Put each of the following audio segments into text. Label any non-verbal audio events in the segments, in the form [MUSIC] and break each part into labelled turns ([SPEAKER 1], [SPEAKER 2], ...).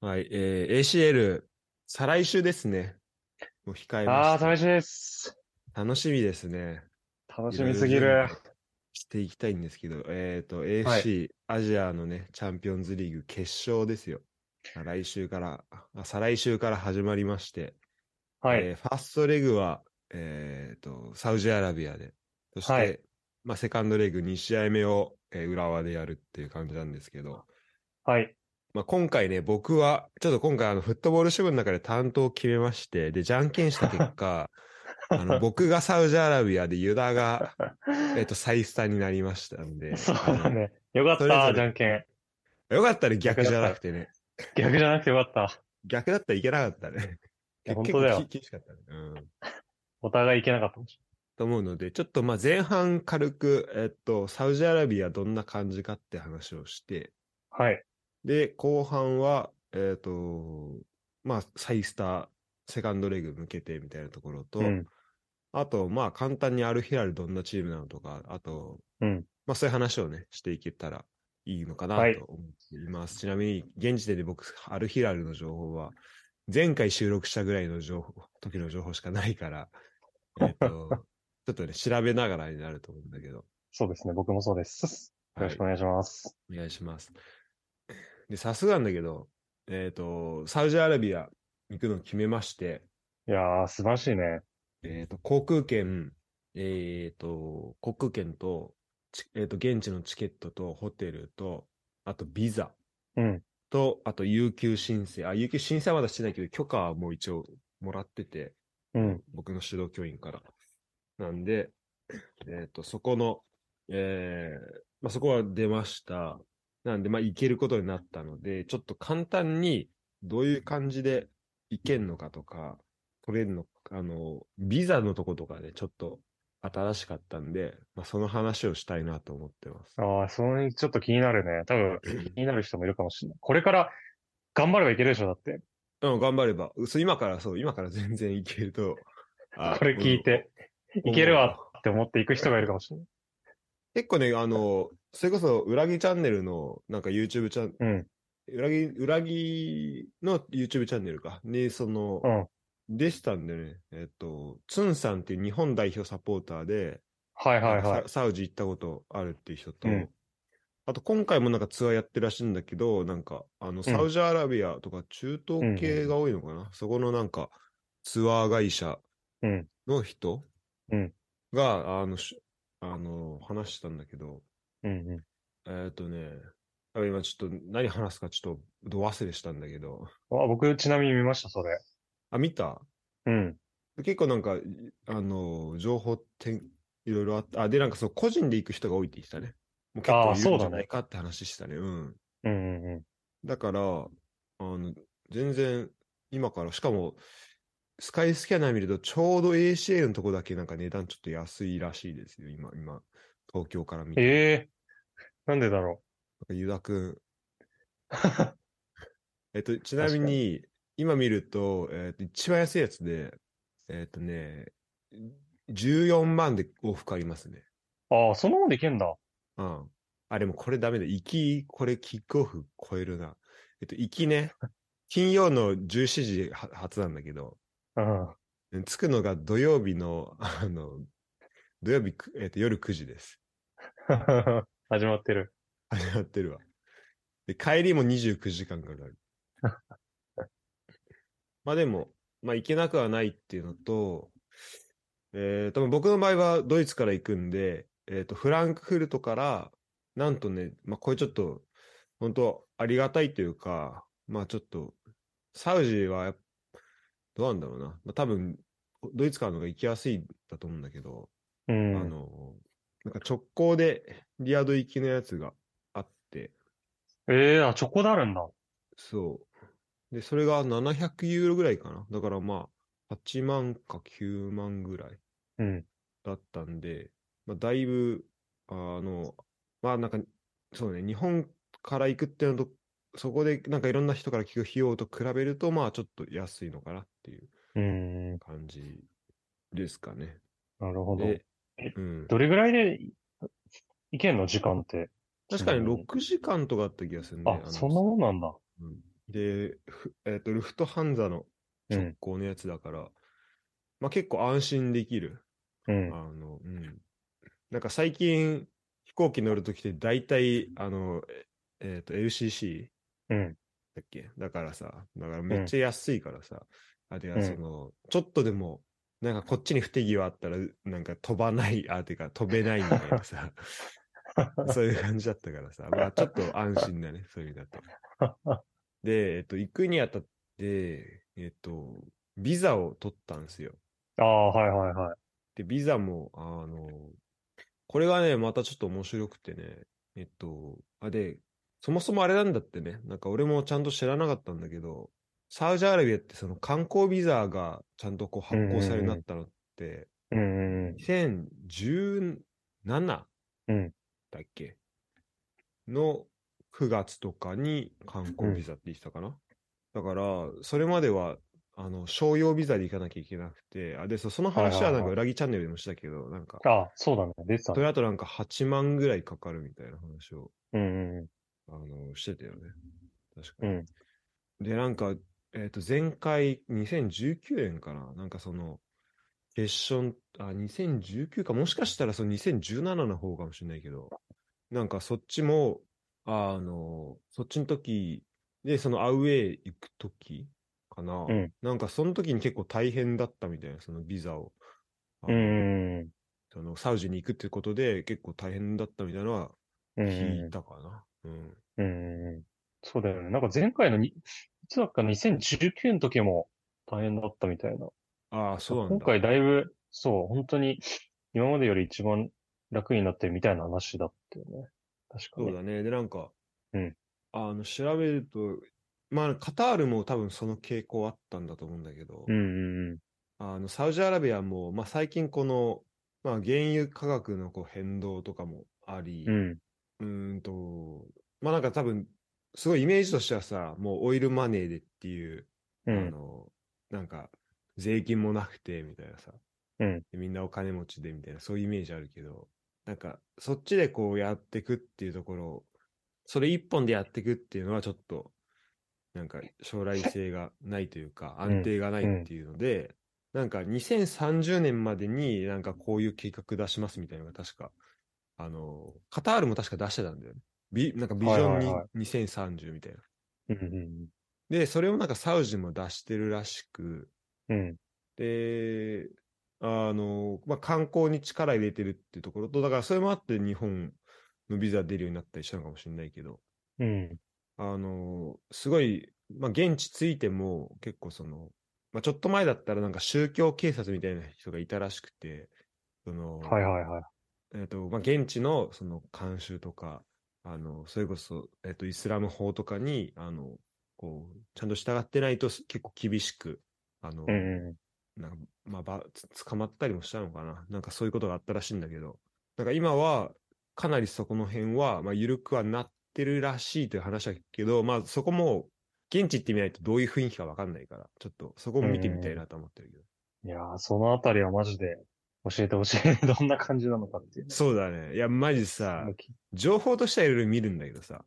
[SPEAKER 1] はい、えー、ACL、再来週ですね。もう控えま
[SPEAKER 2] ああ、
[SPEAKER 1] す。
[SPEAKER 2] 楽しみです。
[SPEAKER 1] 楽しみですね。
[SPEAKER 2] 楽しみすぎる。。
[SPEAKER 1] していきたいんですけど、えっ、と、
[SPEAKER 2] はい
[SPEAKER 1] AFC、アジアのね、チャンピオンズリーグ決勝ですよ。あ来週から、あ再来週から始まりまして、
[SPEAKER 2] はい。
[SPEAKER 1] えーファーストレグは、えっ、と、サウジアラビアで、そして、
[SPEAKER 2] はい
[SPEAKER 1] まあ、セカンドレグ2試合目を、えー浦和でやるっていう感じなんですけど、
[SPEAKER 2] はい。
[SPEAKER 1] まあ、今回ね、僕は、ちょっと今回、あの、フットボール支部の中で担当を決めまして、で、じゃんけんした結果、あの、僕がサウジアラビアで、ユダが、えっと、サイスタになりましたんで、
[SPEAKER 2] [LAUGHS] そうだね。よかっ
[SPEAKER 1] それぞ
[SPEAKER 2] た、
[SPEAKER 1] れ
[SPEAKER 2] じゃんけん。
[SPEAKER 1] あのよかったね、逆じゃなくてね。
[SPEAKER 2] 逆じゃなくてよかった。
[SPEAKER 1] 逆だったらいけなかったね。
[SPEAKER 2] いや本当だよ
[SPEAKER 1] 結構き厳しかったね。うん。
[SPEAKER 2] お互いいけなかったもん。
[SPEAKER 1] と思うので、ちょっとまあ前半軽く、えっと、サウジアラビアどんな感じかって話をして、
[SPEAKER 2] はい。
[SPEAKER 1] で、後半は、えっと、まあ、サイスター、セカンドレグ向けてみたいなところと、
[SPEAKER 2] うん。
[SPEAKER 1] あと、まあ、簡単にアルヒラルどんなチームなのとか、あと、
[SPEAKER 2] うん。
[SPEAKER 1] まあ、そういう話をね、していけたらいいのかな
[SPEAKER 2] はい
[SPEAKER 1] と思っています。ちなみに、現時点で僕、アルヒラルの情報は、前回収録したぐらいの情報、時の情報しかないから、えっ
[SPEAKER 2] [LAUGHS]
[SPEAKER 1] と、ちょっとね、調べながらになると思うんだけど、
[SPEAKER 2] そうですね。僕もそうです。よろしくお願いします。
[SPEAKER 1] お願いします。で、さすがなんだけど、えっ、と、サウジアラビア行くのを決めまして、
[SPEAKER 2] い、やー、素晴らしいね。
[SPEAKER 1] えっ、と、航空券、えっ、と、航空券と、ちえっ、と、現地のチケットと、ホテルと、あと、ビザ
[SPEAKER 2] うん。
[SPEAKER 1] と、あと、有給申請。あ、有給申請はまだしてないけど、許可はもう一応もらってて、
[SPEAKER 2] うん。
[SPEAKER 1] 僕の指導教員から。なんで、えっ、と、そこの、えーまあ、そこは出ました。なんで、まあ、行けることになったので、ちょっと簡単に、どういう感じで行けんのかとか、取れるのか、あの、ビザのとことかで、ちょっと新しかったんで、まあ、その話をしたいなと思って
[SPEAKER 2] [LAUGHS]
[SPEAKER 1] ます。
[SPEAKER 2] ああ、その辺ちょっと気になるね。多分、気になる人もいるかもしれない。これから頑張ればいけるでしょ、だって。
[SPEAKER 1] うん、頑張れば。そう、今から、そう、今から全然行けると。あ
[SPEAKER 2] これ聞い。て、
[SPEAKER 1] うん
[SPEAKER 2] いけるわって思っていく人がいるかもしれない。
[SPEAKER 1] 結構ね、あの、それこそ、裏木チャンネルの、なんか YouTube チャン、
[SPEAKER 2] うん。
[SPEAKER 1] 裏木、裏木の YouTube チャンネルか。に、その、
[SPEAKER 2] うん。
[SPEAKER 1] でしたんでね、えっと、ツンさんっていう日本代表サポーターで、
[SPEAKER 2] はいはい
[SPEAKER 1] [LAUGHS]
[SPEAKER 2] はい
[SPEAKER 1] サ。サウジ行ったことあるっていう人と、
[SPEAKER 2] うん
[SPEAKER 1] あと今回もなんかツアーやってるらしいんだけど、なんか、あの、サウジアラビアとか中東系が多いのかな、そこのなんか、ツアー会社
[SPEAKER 2] うん。
[SPEAKER 1] の人
[SPEAKER 2] うん
[SPEAKER 1] が、あの、しあの、話したんだけど、
[SPEAKER 2] うんうん。
[SPEAKER 1] えっ、とね、あ今ちょっと何話すかちょっとど忘れしたんだけど、
[SPEAKER 2] あ僕、ちなみに見ました、それ。
[SPEAKER 1] あ、見た
[SPEAKER 2] うん。
[SPEAKER 1] 結構なんか、いあの、情報っていろいろあって、あ、で、なんかそう、個人で行く人が多いって言ってたね。もう結構
[SPEAKER 2] あ
[SPEAKER 1] い
[SPEAKER 2] ー
[SPEAKER 1] るんじ
[SPEAKER 2] そ
[SPEAKER 1] ゃ
[SPEAKER 2] うだ
[SPEAKER 1] な
[SPEAKER 2] ね
[SPEAKER 1] いかって話したね。うん。
[SPEAKER 2] うんうんうん。
[SPEAKER 1] だから、あの、全然、今から、しかも、スカイスキャナー見ると、ちょうど ACA のとこだけなんか値段ちょっと安いらしいですよ、今、今、東京から見て。
[SPEAKER 2] ええなんでだろ
[SPEAKER 1] なんかユダ君。 [LAUGHS]
[SPEAKER 2] う。
[SPEAKER 1] えっと、ちなみ
[SPEAKER 2] 確か
[SPEAKER 1] に、今見ると、えっと、一番安いやつで、えっとね、14万で往復ありますね。
[SPEAKER 2] ああ、そんなもんでいけんだ。
[SPEAKER 1] うん。あ、でもこれダメだ。行き、これキックオフ超えるな。えっと、行き
[SPEAKER 2] [LAUGHS]
[SPEAKER 1] ね、金曜の17時は発なんだけど、
[SPEAKER 2] うん。 [LAUGHS]
[SPEAKER 1] うん着くのが土曜日の、あの、土曜日く、えっと、夜9時です。
[SPEAKER 2] 始まってる。
[SPEAKER 1] 始まってるわ。で、帰りも29時間かかる。まあでも、まあ行けなくはないっていうのと、えー、と僕の場合はドイツから行くんで、えっ、と、フランクフルトから、なんとね、まあこれちょっと、本当ありがたいというか、まあちょっと、サウジはやっ、どうなんだろうな。まあ多分、ドイツからの方が行きやすいんだと思うんだけど、
[SPEAKER 2] う
[SPEAKER 1] あ
[SPEAKER 2] ん。
[SPEAKER 1] の、なんか直行でリアド行きのやつがあって、
[SPEAKER 2] ええあ、チョコであるんだ。
[SPEAKER 1] そう。で、それが700ユーロぐらいかな。だからまあ、8万か9万ぐらい
[SPEAKER 2] うん。
[SPEAKER 1] だったんで、まあ、だいぶ、あの、まあなんか、そうね、日本から行くっていうのと、そこでなんかいろんな人から聞く費用と比べると、まあちょっと安いのかなっていう
[SPEAKER 2] うん。
[SPEAKER 1] 感じですかね。
[SPEAKER 2] なるほど。
[SPEAKER 1] で、うん。
[SPEAKER 2] どれぐらいでいいけんの時間って。
[SPEAKER 1] 確かに
[SPEAKER 2] ちなみに
[SPEAKER 1] 6時間とかあった気がするね。
[SPEAKER 2] あ
[SPEAKER 1] あ、の
[SPEAKER 2] そんなもんなんだ。
[SPEAKER 1] うんで、ふえっ、と、ルフトハンザの直行のやつだから、まあ結構安心できる。
[SPEAKER 2] うん。
[SPEAKER 1] あの、うん。なんか最近、飛行機乗るときって大体、あの、えっ、えーと、LCC
[SPEAKER 2] うん。
[SPEAKER 1] だっけだからさ、だからめっちゃ安いからさ、あ、てか、その、ちょっとでも、なんかこっちに不手際あったら、なんか飛ばない、あ、てか飛べないみたいなさ、そういう感じだったからさ、まあちょっと安心だね、そういう意味だと。で、えっ、と、行くにあたって、えっ、と、ビザを取ったんですよ。
[SPEAKER 2] ああ、はいはいはい。
[SPEAKER 1] で、ビザも、あの、これがね、またちょっと面白くてね、えっと、あ、で、そもそもあれなんだってね、なんか俺もちゃんと知らなかったんだけど、サウジアラビアってその観光ビザがちゃんとこう発行されるようになったのって、
[SPEAKER 2] うんうん
[SPEAKER 1] 2017だ
[SPEAKER 2] うん
[SPEAKER 1] っけの9月とかに観光ビザって言ってたかな、だから、それまでは、あの、商用ビザで行かなきゃいけなくて、あ、で、そその話はなんか
[SPEAKER 2] はいはいはい
[SPEAKER 1] 裏木チャンネルでもしたけど、なんか、
[SPEAKER 2] ああ、そうだね。出て
[SPEAKER 1] そ
[SPEAKER 2] た
[SPEAKER 1] れ
[SPEAKER 2] ね。
[SPEAKER 1] だとなんか8万ぐらいかかるみたいな話を、
[SPEAKER 2] うんうんうん。
[SPEAKER 1] あの、してたよね。確かに。
[SPEAKER 2] うん
[SPEAKER 1] で、なんか、えっ、と、前回、2019年かななんかその、決勝、あ、2019か、もしかしたらその2017の方かもしれないけど、なんかそっちも、あの、そっちの時、で、そのアウェイ行く時かな、
[SPEAKER 2] うん
[SPEAKER 1] なんかその時に結構大変だったみたいな、そのビザを。あ
[SPEAKER 2] う
[SPEAKER 1] の
[SPEAKER 2] んうんうん。
[SPEAKER 1] そのサウジに行くってことで結構大変だったみたいなのは
[SPEAKER 2] うん
[SPEAKER 1] 聞
[SPEAKER 2] う
[SPEAKER 1] いたかな。うん。
[SPEAKER 2] んうん。そうだよね。なんか前回のに、いつだっけか2019の時も大変だったみたいな。
[SPEAKER 1] ああ、そうなんだ。
[SPEAKER 2] 今回だいぶ、そう、本当に今までより一番楽になってるみたいな話だったよね。確か
[SPEAKER 1] そう
[SPEAKER 2] に。
[SPEAKER 1] だね。で、なんか、
[SPEAKER 2] うん
[SPEAKER 1] あの、調べると、まあ、カタールも多分その傾向あったんだと思うんだけど、
[SPEAKER 2] うんうんうん。
[SPEAKER 1] あの、サウジアラビアも、まあ、最近この、まあ、原油価格のこう変動とかもあり、
[SPEAKER 2] うん。
[SPEAKER 1] うーんと、まあ、なんか多分、すごいイメージとしてはさ、もうオイルマネーでっていう、あ
[SPEAKER 2] うん。
[SPEAKER 1] の、なんか、税金もなくて、みたいなさ。
[SPEAKER 2] うん
[SPEAKER 1] でみんなお金持ちで、みたいな、そういうイメージあるけど、なんか、そっちでこうやってくっていうところ、それ一本でやってくっていうのはちょっと、なんか、将来性がないというか、
[SPEAKER 2] ん
[SPEAKER 1] 安定がないっていうので、なんか、2030年までになんかこういう計画出しますみたいなのが確か、あの、カタールも確か出してたんだよね。ビなんかビジョン
[SPEAKER 2] はい
[SPEAKER 1] に
[SPEAKER 2] はいは
[SPEAKER 1] 2030みたいな。
[SPEAKER 2] うんうん
[SPEAKER 1] で、それをなんかサウジも出してるらしく、
[SPEAKER 2] うん。うん。
[SPEAKER 1] で、あの、まあ、観光に力入れてるっていうところと、だからそれもあって日本のビザ出るようになったりしたのかもしれないけど、
[SPEAKER 2] うん。
[SPEAKER 1] あの、すごい、まあ、現地着いても結構その、まあ、ちょっと前だったらなんか宗教警察みたいな人がいたらしくて、その、
[SPEAKER 2] はいはいはい。
[SPEAKER 1] えっと、まあ、現地のその慣習とか、あの、それこそ、えっと、イスラム法とかに、あの、こう、ちゃんと従ってないとす結構厳しく、あの、
[SPEAKER 2] うんうん。
[SPEAKER 1] なんか、まあ、ば、つ捕まったりもしたのかな。なんかそういうことがあったらしいんだけど。なんか今は、かなりそこの辺は、まあ、緩くはなってるらしいという話だけど、まあ、そこも、現地行ってみないとどういう雰囲気かわかんないから、ちょっとそこも見てみたいなと思ってるけど。
[SPEAKER 2] いやー、そのあたりはマジで教えてほしい [LAUGHS] ね。どんな感じなのかっていうね。
[SPEAKER 1] そうだね。いや、マジさ、情報としてはいろいろ見るんだけどさ、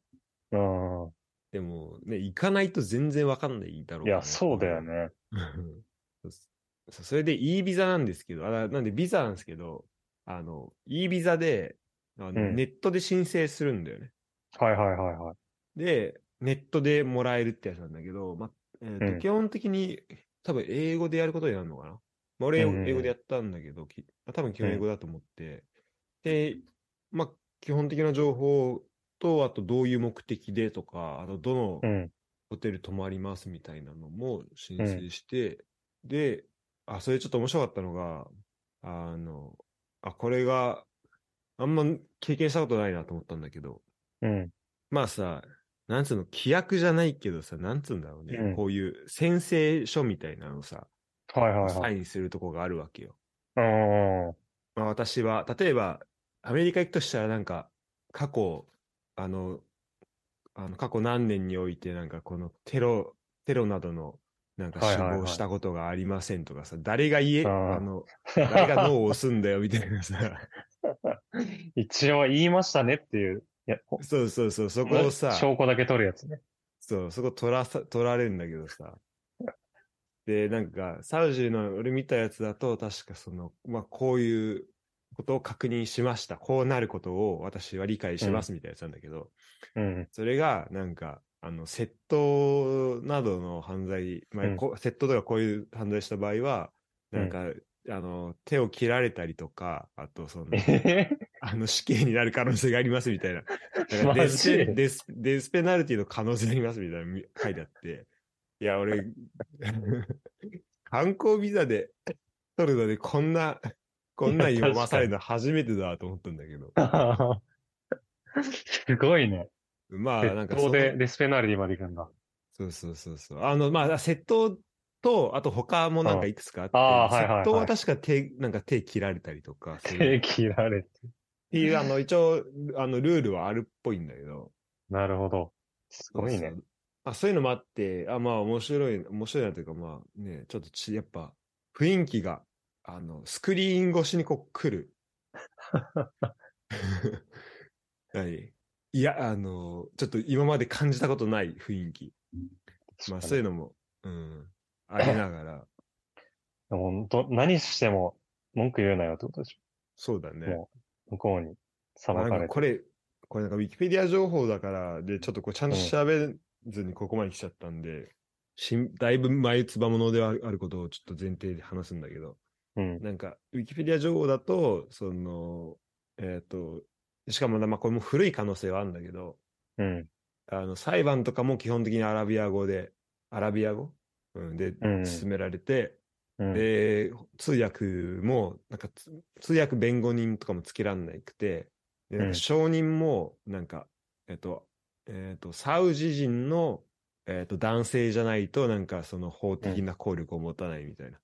[SPEAKER 2] うん。
[SPEAKER 1] でもね、行かないと全然わかんないだろう
[SPEAKER 2] いや、そうだよ
[SPEAKER 1] ね。
[SPEAKER 2] ね。
[SPEAKER 1] うん [LAUGHS] そうそうそれで E ビザなんですけど、あなんでビザなんですけど、あの、E ビザで、あの
[SPEAKER 2] うん
[SPEAKER 1] ネットで申請するんだよね。
[SPEAKER 2] はいはいはいはい。
[SPEAKER 1] で、ネットでもらえるってやつなんだけど、ま、えーと
[SPEAKER 2] うん
[SPEAKER 1] 基本的に多分英語でやることになるのかな。まあ、俺、
[SPEAKER 2] うんうんうん
[SPEAKER 1] 英語でやったんだけど、き多分基本英語だと思って。で、まあ、基本的な情報と、あとどういう目的でとか、あとどの、
[SPEAKER 2] うん。
[SPEAKER 1] ホテル泊まりますみたいなのも申請して、で、あ、それちょっと面白かったのが、あの、あ、これがあんま経験したことないなと思ったんだけど、
[SPEAKER 2] うん。
[SPEAKER 1] まあさ、なんつうの、規約じゃないけどさ、なんつうんだろうね、
[SPEAKER 2] うん
[SPEAKER 1] こういう宣誓書みたいなのさ、
[SPEAKER 2] はいはい
[SPEAKER 1] サ
[SPEAKER 2] はい。
[SPEAKER 1] インするとこがあるわけよ。
[SPEAKER 2] うん。
[SPEAKER 1] まあ私は、例えば、アメリカ行くとしたらなんか、過去、あの、あの過去何年においてなんかこのテロ、テロなどのなんか
[SPEAKER 2] はい
[SPEAKER 1] 死
[SPEAKER 2] はいはい
[SPEAKER 1] 亡したことがありませんとかさ、誰が言え、
[SPEAKER 2] あー
[SPEAKER 1] あの、誰
[SPEAKER 2] [LAUGHS]
[SPEAKER 1] が脳を押すんだよみたいなさ、
[SPEAKER 2] 一応言いましたねっていう。いや、こ
[SPEAKER 1] そうそうそう、そこをさ、
[SPEAKER 2] 証拠だけ取るやつね。
[SPEAKER 1] そう、そこ取らさ、取られるんだけどさ。で、なんか、サウジの俺見たやつだと、確かその、まあ、こういうことを確認しました。こうなることを私は理解しますみたいなやつなんだけど、
[SPEAKER 2] うん。
[SPEAKER 1] それが、なんか、あの、窃盗などの犯罪、まあ
[SPEAKER 2] うん
[SPEAKER 1] こ窃盗とかこういう犯罪した場合は、なんか、あの、手を切られたりとか、あと、その、
[SPEAKER 2] えへ
[SPEAKER 1] あの、死刑になる可能性がありますみたいな。なんか
[SPEAKER 2] [LAUGHS] マ
[SPEAKER 1] デス
[SPEAKER 2] ジ
[SPEAKER 1] ペデスデスペナルティの可能性がありますみたいなみ書いてあって。いや、俺、観光ビザで取るのでこんな、こんなん読まされるの初めてだと思ったんだけど。
[SPEAKER 2] すごいね。
[SPEAKER 1] まあ、なん
[SPEAKER 2] 窃
[SPEAKER 1] かそ
[SPEAKER 2] 盗
[SPEAKER 1] の
[SPEAKER 2] でデスペナルティまで行くんだ。
[SPEAKER 1] そうそうそうそう。あの、まあ、窃盗と、あと他もなんかいくつかあって、
[SPEAKER 2] ああはいはいはい
[SPEAKER 1] 窃盗は確か手、なんか手切られたりと
[SPEAKER 2] [LAUGHS]
[SPEAKER 1] か、そういう
[SPEAKER 2] 手切られて。
[SPEAKER 1] っていう、あの、一応、あの、ルールはあるっぽいんだけど。
[SPEAKER 2] なるほど。すごい
[SPEAKER 1] そう
[SPEAKER 2] ね
[SPEAKER 1] そ。うあそういうのもあって、あまあ面白い、面白いなというか、まあね、ちょっとちやっぱ雰囲気が、あの、スクリーン越しにこう来る。何いや、あの、ちょっと今まで感じたことない雰囲気。まあそういうのも、うん、ありながら、
[SPEAKER 2] でも本当、何しても文句言うなよってことでし
[SPEAKER 1] そうだね。
[SPEAKER 2] もょ。向こうに裁
[SPEAKER 1] まあ
[SPEAKER 2] か
[SPEAKER 1] なんか
[SPEAKER 2] れて。
[SPEAKER 1] これ、これなんかウィキペディア情報だから、で、ちょっとこうちゃんと調べずにここまで来ちゃったんで、しんだいぶ前つばものではあることをちょっと前提で話すんだけど、
[SPEAKER 2] うん。
[SPEAKER 1] なんか、ウィキペディア情報だと、その、えっ、と、しかもな、まあ、これも古い可能性はあるんだけど、
[SPEAKER 2] うん。
[SPEAKER 1] あの、裁判とかも基本的にアラビア語で、アラビア語、うん、で
[SPEAKER 2] うん、
[SPEAKER 1] 進められて、
[SPEAKER 2] うん。
[SPEAKER 1] で、通訳も、なんかつ、通訳弁護人とかもつけらんないくて、で、なんか
[SPEAKER 2] うん
[SPEAKER 1] 証人も、なんか、えっと、えっと、サウジ人の、えっと、男性じゃないと、なんか、その法的な効力を持たないみたいな。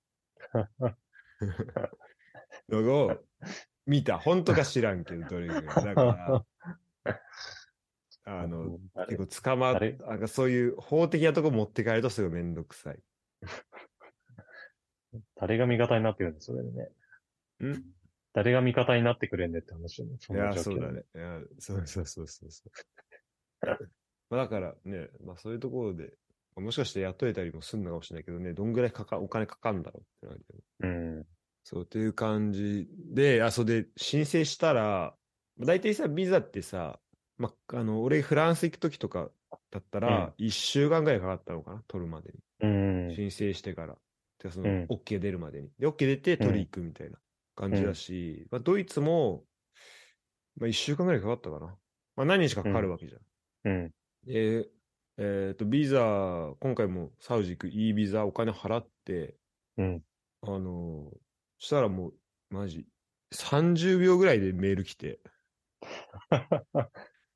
[SPEAKER 1] のを、見た。本当か知らんけど、どれぐらい。だ
[SPEAKER 2] [LAUGHS]
[SPEAKER 1] から、あの、
[SPEAKER 2] あれ、
[SPEAKER 1] 結構捕ま
[SPEAKER 2] あ
[SPEAKER 1] っ
[SPEAKER 2] れ
[SPEAKER 1] なんかそういう法的なとこ持って帰るとすごいめんどくさい。
[SPEAKER 2] 誰が味方になってくるんですよね。
[SPEAKER 1] ん
[SPEAKER 2] 誰が味方になってくれんねって話よね。そ
[SPEAKER 1] い
[SPEAKER 2] んな
[SPEAKER 1] や、
[SPEAKER 2] 状況
[SPEAKER 1] そうだね。いや、そうそうそうそうそう。 [LAUGHS] まあだからね、まあそういうところで、まあもしかして雇えたりもするのかもしれないけどね、どんぐらいかか、お金かかるんだろうってなるよね
[SPEAKER 2] うん。
[SPEAKER 1] そう、っていう感じで、あ、そうで、申請したら、まあ大体さ、ビザってさ、まあ、あの、俺フランス行くときとかだったら、1週間ぐらいかかったのかな、取るまで
[SPEAKER 2] うん。
[SPEAKER 1] に。申請してから。てかその、
[SPEAKER 2] うん
[SPEAKER 1] OK 出るまでに。で、OK 出て取り行くみたいな感じだし、まあ、ドイツも、まあ、1週間ぐらいかかったかな。まあ、何日かかかるわけじゃん。
[SPEAKER 2] うん。
[SPEAKER 1] で、えっ、と、ビザ、今回もサウジ行く E ビザお金払って、
[SPEAKER 2] うん
[SPEAKER 1] あのーしたらもう、マジ、30秒ぐらいでメール来て。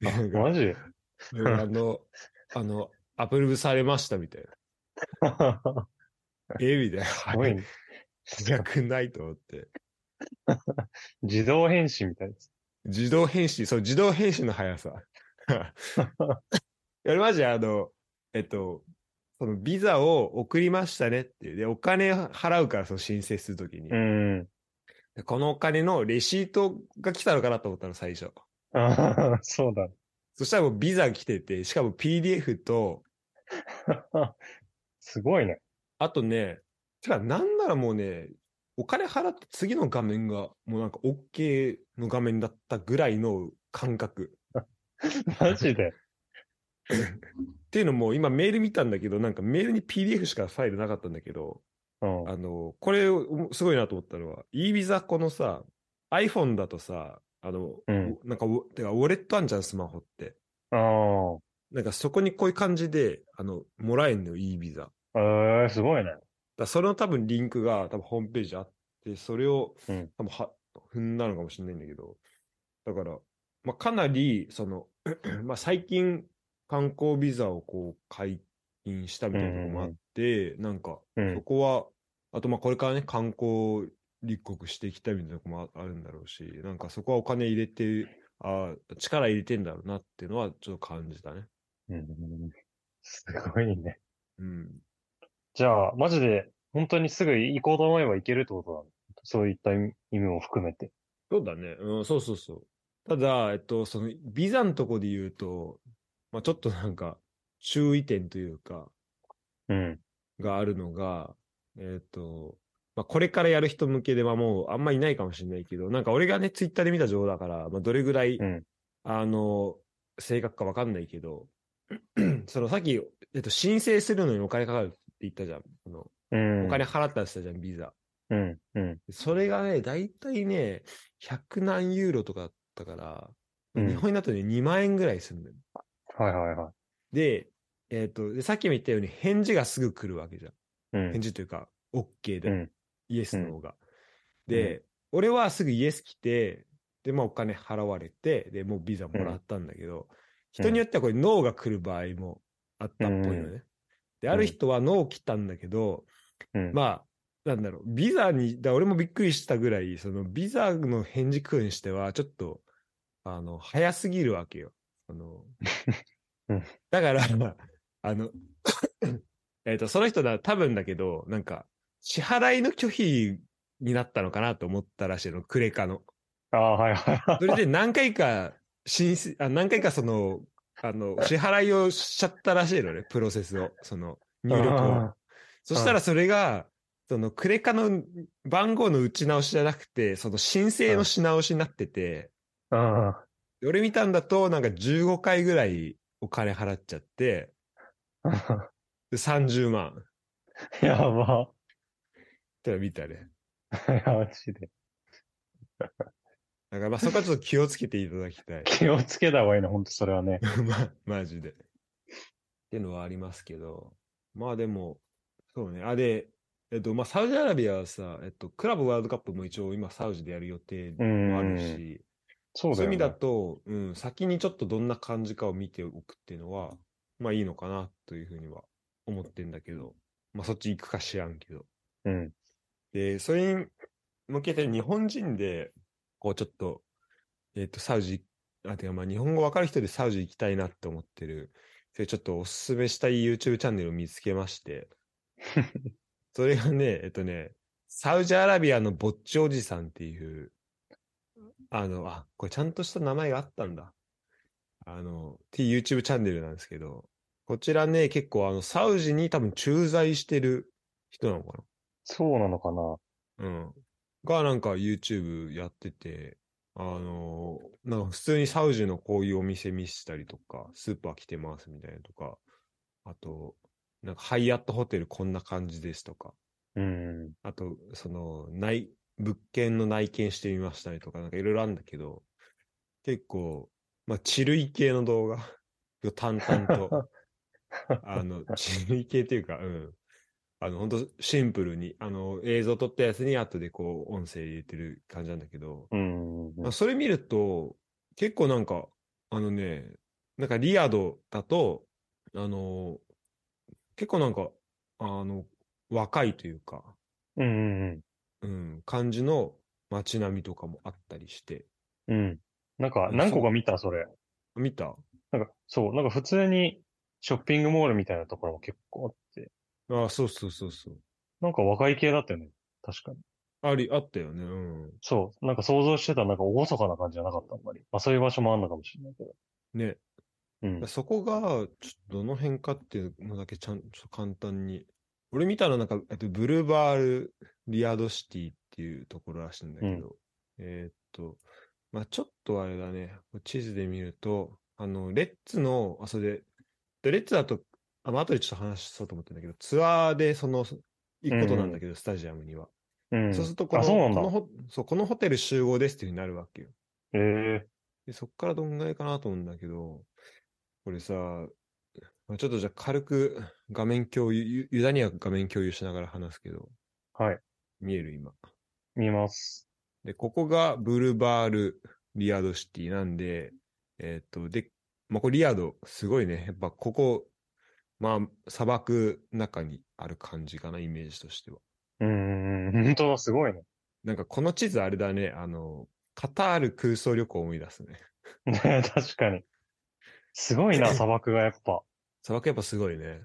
[SPEAKER 1] なんか
[SPEAKER 2] マジ [LAUGHS]
[SPEAKER 1] あの、あの、アプローブされましたみたいな。えみたいな。
[SPEAKER 2] [LAUGHS] すごいね。
[SPEAKER 1] 早くないと思って。
[SPEAKER 2] 自動返信みたいです。
[SPEAKER 1] 自動編集、そう、自動編集の速
[SPEAKER 2] [LAUGHS]
[SPEAKER 1] さ。いや、マジであの、えっと、そのビザを送りましたねっていう。で、お金払うから、その申請するときに、
[SPEAKER 2] うん。
[SPEAKER 1] でこのお金のレシートが来たのかなと思ったの、最初。
[SPEAKER 2] ああ、そうだ。 [LAUGHS]
[SPEAKER 1] そしたらもうビザ来てて、しかも PDF と、
[SPEAKER 2] すごいね。
[SPEAKER 1] あとね、てか、なんならもうね、お金払って次の画面が、もうなんか OK の画面だったぐらいの感覚。
[SPEAKER 2] マジで。
[SPEAKER 1] っていうのも、今メール見たんだけど、なんかメールに PDF しかファイルなかったんだけど、
[SPEAKER 2] うん。
[SPEAKER 1] あの、これ、おすごいなと思ったのは、e ビザこのさ、iPhone だとさ、あの、
[SPEAKER 2] うん
[SPEAKER 1] おなんかお、てか、ウォレットあんじゃん、スマホって。
[SPEAKER 2] あ
[SPEAKER 1] なんか、そこにこういう感じで、あの、もらえんのよ、e ビザ。だか
[SPEAKER 2] あ。えー、すごいね。
[SPEAKER 1] らそれの多分リンクが、多分ホームページあって、それを、
[SPEAKER 2] うん
[SPEAKER 1] 多分は、踏んだのかもしれないんだけど、だから、まあ、かなり、その、 [CLEARS THROAT] まあ、最近、観光ビザをこう、解禁したみたいなとこもあって、なんか、
[SPEAKER 2] う
[SPEAKER 1] そ
[SPEAKER 2] ん。
[SPEAKER 1] こは、あとまあこれからね、観光立国していきたいみたいなとこもああるんだろうし、なんかそこはお金入れて、あー力入れてんだろうなっていうのはちょっと感じたね。
[SPEAKER 2] うんすごいね。
[SPEAKER 1] うん。
[SPEAKER 2] じゃあ、マジで、本当にすぐ行こうと思えば行けるってことだね。そういった意味意味も含めて。
[SPEAKER 1] そうだね。うん、そうそうそう。ただ、えっと、その、ビザのとこで言うと、まあちょっとなんか、注意点というか、
[SPEAKER 2] うん。
[SPEAKER 1] があるのが、えっ、と、まあ、これからやる人向けではもうあんまいないかもしれないけど、なんか俺がね、ツイッターで見た情報だから、まあ、どれぐらい、
[SPEAKER 2] うん
[SPEAKER 1] あの、正確かわかんないけど、 [CLEARS THROAT] そのさっき、えっと、申請するのにお金かかるって言ったじゃん。あの
[SPEAKER 2] うん。
[SPEAKER 1] お金払ったって言ったじゃん、ビザ。
[SPEAKER 2] うん。うん。
[SPEAKER 1] それがね、だいたいね、100何ユーロとかだったから、
[SPEAKER 2] うん
[SPEAKER 1] 日本円だとね、2万円ぐらいするんだよ。
[SPEAKER 2] はいはいはい。
[SPEAKER 1] で、えっ、とで、さっきも言ったように返事がすぐ来るわけじゃん。
[SPEAKER 2] うん
[SPEAKER 1] 返。事というか、OK で、
[SPEAKER 2] うん
[SPEAKER 1] イエスの方が。
[SPEAKER 2] うん
[SPEAKER 1] で、俺はすぐイエス来て、で、まあお金払われて、で、もうビザもらったんだけど、人によってはこれ、ノーが来る場合もあったっぽいのね。
[SPEAKER 2] う
[SPEAKER 1] で、ある人はノー来たんだけど、
[SPEAKER 2] うん。
[SPEAKER 1] まあ、なんだろう、ビザに、だ俺もびっくりしたぐらい、そのビザの返事来るにしては、ちょっと、あの、早すぎるわけよ。あの
[SPEAKER 2] [LAUGHS] うん、
[SPEAKER 1] だから、あの、 [COUGHS] えっと、その人だ、多分だけど、なんか、支払いの拒否になったのかなと思ったらしいの、クレカの。
[SPEAKER 2] ああ、はいはいはい。
[SPEAKER 1] それ
[SPEAKER 2] [LAUGHS]
[SPEAKER 1] で何回か、申請、あ何回かその、あの、支払いをしちゃったらしいのね、プロセスを、その、入力を。そしたらそれが、そのクレカの番号の打ち直しじゃなくて、その申請のし直しになってて、
[SPEAKER 2] あ [LAUGHS] あ。
[SPEAKER 1] 俺見たんだとなんか15回ぐらいお金払っちゃって、で30万っ
[SPEAKER 2] [LAUGHS] やば。 [LAUGHS]
[SPEAKER 1] ての見たね。
[SPEAKER 2] マジで。。
[SPEAKER 1] だからまあそこはちょっと気をつけていただきたい [LAUGHS]
[SPEAKER 2] 気をつけた方がいいな、ほんとそれはね。
[SPEAKER 1] まあ、マジで。っていうのはありますけど、まあでも、そうね。あ、で、えっと、まあサウジアラビアはさ、えっと、クラブワールドカップも一応今サウジでやる予定
[SPEAKER 2] うん。
[SPEAKER 1] もあるし、
[SPEAKER 2] そうだ
[SPEAKER 1] そうい
[SPEAKER 2] よ
[SPEAKER 1] う意
[SPEAKER 2] ね。
[SPEAKER 1] 味だと、うん、先にちょっとどんな感じかを見ておくっていうのは、まあいいのかなというふうには思ってんだけど、まあそっち行くか知らんけど。
[SPEAKER 2] うん。
[SPEAKER 1] で、それに向けて日本人で、こうちょっと、えっ、と、サウジ、あ、てかまあ日本語わかる人でサウジ行きたいなって思ってる、それちょっとおすすめしたい YouTube チャンネルを見つけまして、それがね、えっとね、サウジアラビアのぼっちおじさんっていう、あの、あ、これちゃんとした名前があったんだ。あの、っていう YouTube チャンネルなんですけど、こちらね、結構あの、サウジに多分駐在してる人なのか
[SPEAKER 2] そうなのかな。
[SPEAKER 1] なうん。がなんか YouTube やってて、あの、なんか普通にサウジのこういうお店見せたりとか、スーパー来てますみたいなとか、あと、なんかハイアットホテルこんな感じですとか、
[SPEAKER 2] うん。
[SPEAKER 1] あと、その、内、物件の内見してみましたりとか、なんかいろいろあるんだけど、結構、まあ、地類系の動画 [LAUGHS] を淡々と、あの、地類系というか、うん。あの、本当シンプルに、あの、映像撮ったやつに後でこう、音声入れてる感じなんだけど、
[SPEAKER 2] うん。
[SPEAKER 1] まあ、それ見ると、結構なんか、あのね、なんかリアドだと、あの、結構なんか、あの、若いというか、
[SPEAKER 2] うん。
[SPEAKER 1] うん、感じの街並みとかもあったりして。
[SPEAKER 2] うん。なんか、何個か見た、それ。
[SPEAKER 1] 見た
[SPEAKER 2] なんか、そう、なんか普通にショッピングモールみたいなところも結構あって、
[SPEAKER 1] あそうそうそうそう。
[SPEAKER 2] なんか若い系だったよね。確かに。
[SPEAKER 1] あり、あったよね。うん。
[SPEAKER 2] そう、なんか想像してたなんか厳かな感じじゃなかった、あんまり。まあそういう場所もあんのかもしれないけど。
[SPEAKER 1] ね。
[SPEAKER 2] うん。
[SPEAKER 1] そこが、ちょっとどの辺かっていうのだけちゃんと簡単に。俺見たらなんか、えっと、ブルーバールリアドシティっていうところらしいんだけど、えーっと、まあちょっとあれだね、地図で見ると、あの、レッツの、あ、それで、でレッツだと、あ、まあ後でちょっと話そうと思ってんだけど、ツアーでその、行くことなんだけど、スタジアムには。
[SPEAKER 2] うん。
[SPEAKER 1] そうするとこの、
[SPEAKER 2] あ、そうなん
[SPEAKER 1] この
[SPEAKER 2] だ。
[SPEAKER 1] ホそうこのホテル集合ですっていうふうになるわけよ。
[SPEAKER 2] ええ
[SPEAKER 1] でそっからどんぐらいかなと思うんだけど、これさ、まあちょっとじゃあ軽く画面共有、ゆユダには画面共有しながら話すけど、
[SPEAKER 2] はい。
[SPEAKER 1] 見える今。
[SPEAKER 2] 見ます。
[SPEAKER 1] で、ここがブルバールリアドシティなんで、えーっと、で、まあ、これリアド、すごいね。やっぱここ、まあ、砂漠中にある感じかな、イメージとしては。
[SPEAKER 2] うん。本当だ、すごいね。 [LAUGHS]
[SPEAKER 1] なんかこの地図あれだね、あの、カタール空想旅行を思い出すね。
[SPEAKER 2] ね確かに。すごいな、砂漠がやっぱ。
[SPEAKER 1] 砂漠やっぱすごいね。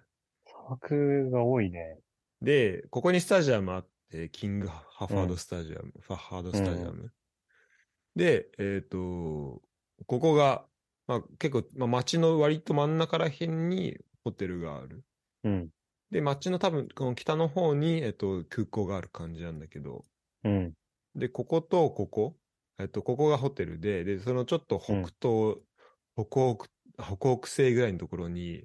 [SPEAKER 2] 砂漠が多いね。
[SPEAKER 1] で、ここにスタジアムあって、キングハファードスタジアム、ファハードスタジアム。で、えっ、と、ここが、まあ結構、まあ街の割と真ん中ら辺に、ホテルがある。
[SPEAKER 2] うん。
[SPEAKER 1] で、街の多分、この北の方に、えっと、空港がある感じなんだけど、
[SPEAKER 2] うん。
[SPEAKER 1] で、こことここ、えっと、ここがホテルで、で、そのちょっと北東、北北、北北西ぐらいのところに、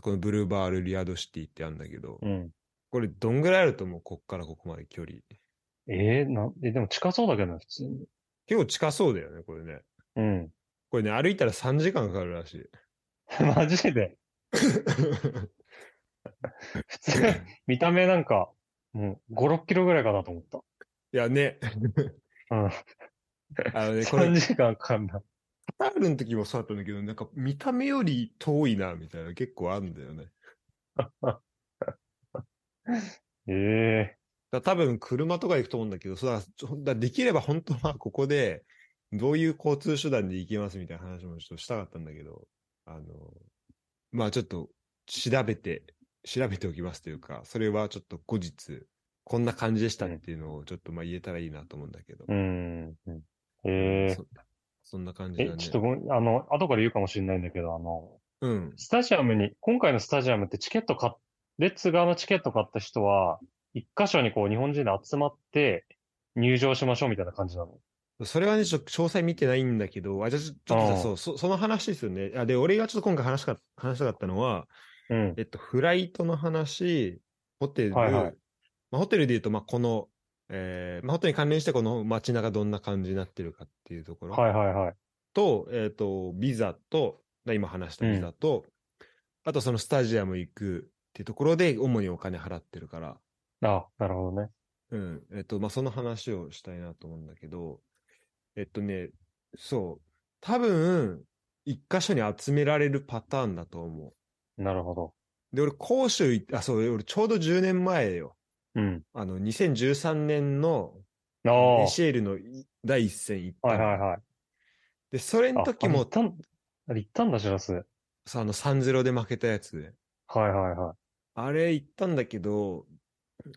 [SPEAKER 1] このブルーバールリアドシティってあるんだけど、
[SPEAKER 2] うん。
[SPEAKER 1] これどんぐらいあると思うこっからここまで距離。
[SPEAKER 2] えー、な、え、でも近そうだけどな、普通に。
[SPEAKER 1] 結構近そうだよね、これね。
[SPEAKER 2] うん。
[SPEAKER 1] これね、歩いたら3時間かかるらしい。
[SPEAKER 2] [LAUGHS] マジで。普通 [LAUGHS] に、見た目なんか、もう5、6キロぐらいかなと思った。
[SPEAKER 1] [LAUGHS] いやね、
[SPEAKER 2] うん。
[SPEAKER 1] あのね、これ
[SPEAKER 2] 3、時間かかんない。
[SPEAKER 1] カタールの時もそうだったんだけど、なんか見た目より遠いな、みたいな結構あるんだよね。
[SPEAKER 2] え
[SPEAKER 1] だから多分車とか行くと思うんだけど、そうだちょだからできれば本当はここで、どういう交通手段で行けますみたいな話もちょっとしたかったんだけど、あの、まあちょっと調べて、調べておきますというか、それはちょっと後日、こんな感じでしたっていうのをちょっとまあ言えたらいいなと思うんだけど。
[SPEAKER 2] えうん。うんえ
[SPEAKER 1] そそんな感じ
[SPEAKER 2] え
[SPEAKER 1] だ
[SPEAKER 2] え
[SPEAKER 1] ね。、
[SPEAKER 2] ちょっとごめん、あの、後から言うかもしれないんだけど、あの、
[SPEAKER 1] うん。
[SPEAKER 2] スタジアムに、今回のスタジアムってチケット買っ、レッツ側のチケット買った人は、一箇所にこう日本人で集まって入場しましょうみたいな感じなの。
[SPEAKER 1] それはね、ちょっと詳細見てないんだけど、あ、じゃあちょちょっと
[SPEAKER 2] あ
[SPEAKER 1] さ、
[SPEAKER 2] あ
[SPEAKER 1] そう、そその話ですよね。あ、で、俺がちょっと今回話しか話したかったのは、
[SPEAKER 2] うん。
[SPEAKER 1] えっと、フライトの話、ホテル、
[SPEAKER 2] はいはい
[SPEAKER 1] まあ、ホテルで言うと、まあ、この、えーまあ、ホテルに関連してこの街中どんな感じになってるかっていうところ
[SPEAKER 2] はいはいはい。
[SPEAKER 1] と、えっ、と、ビザと、だ今話したビザと、あとそのスタジアム行くっていうところで、主にお金払ってるから、
[SPEAKER 2] あ、なるほどね。
[SPEAKER 1] うん。えっと、まあ、その話をしたいなと思うんだけど、えっとね、そう。多分、一箇所に集められるパターンだと思
[SPEAKER 2] なるほど。
[SPEAKER 1] う。で、俺、甲州行っあ、そう、俺、ちょうど10年前よ。
[SPEAKER 2] うん。
[SPEAKER 1] あの、2013年の、
[SPEAKER 2] ああ。
[SPEAKER 1] エシエルのい第一戦行った
[SPEAKER 2] はい
[SPEAKER 1] の。
[SPEAKER 2] はいはい。
[SPEAKER 1] で、それの時
[SPEAKER 2] ああれ行
[SPEAKER 1] も
[SPEAKER 2] っ、たん、あれ行ったんだ、しらす。はい
[SPEAKER 1] さ、あの、3-0で負けたやつで。
[SPEAKER 2] はいは
[SPEAKER 1] あれ行ったんだけど、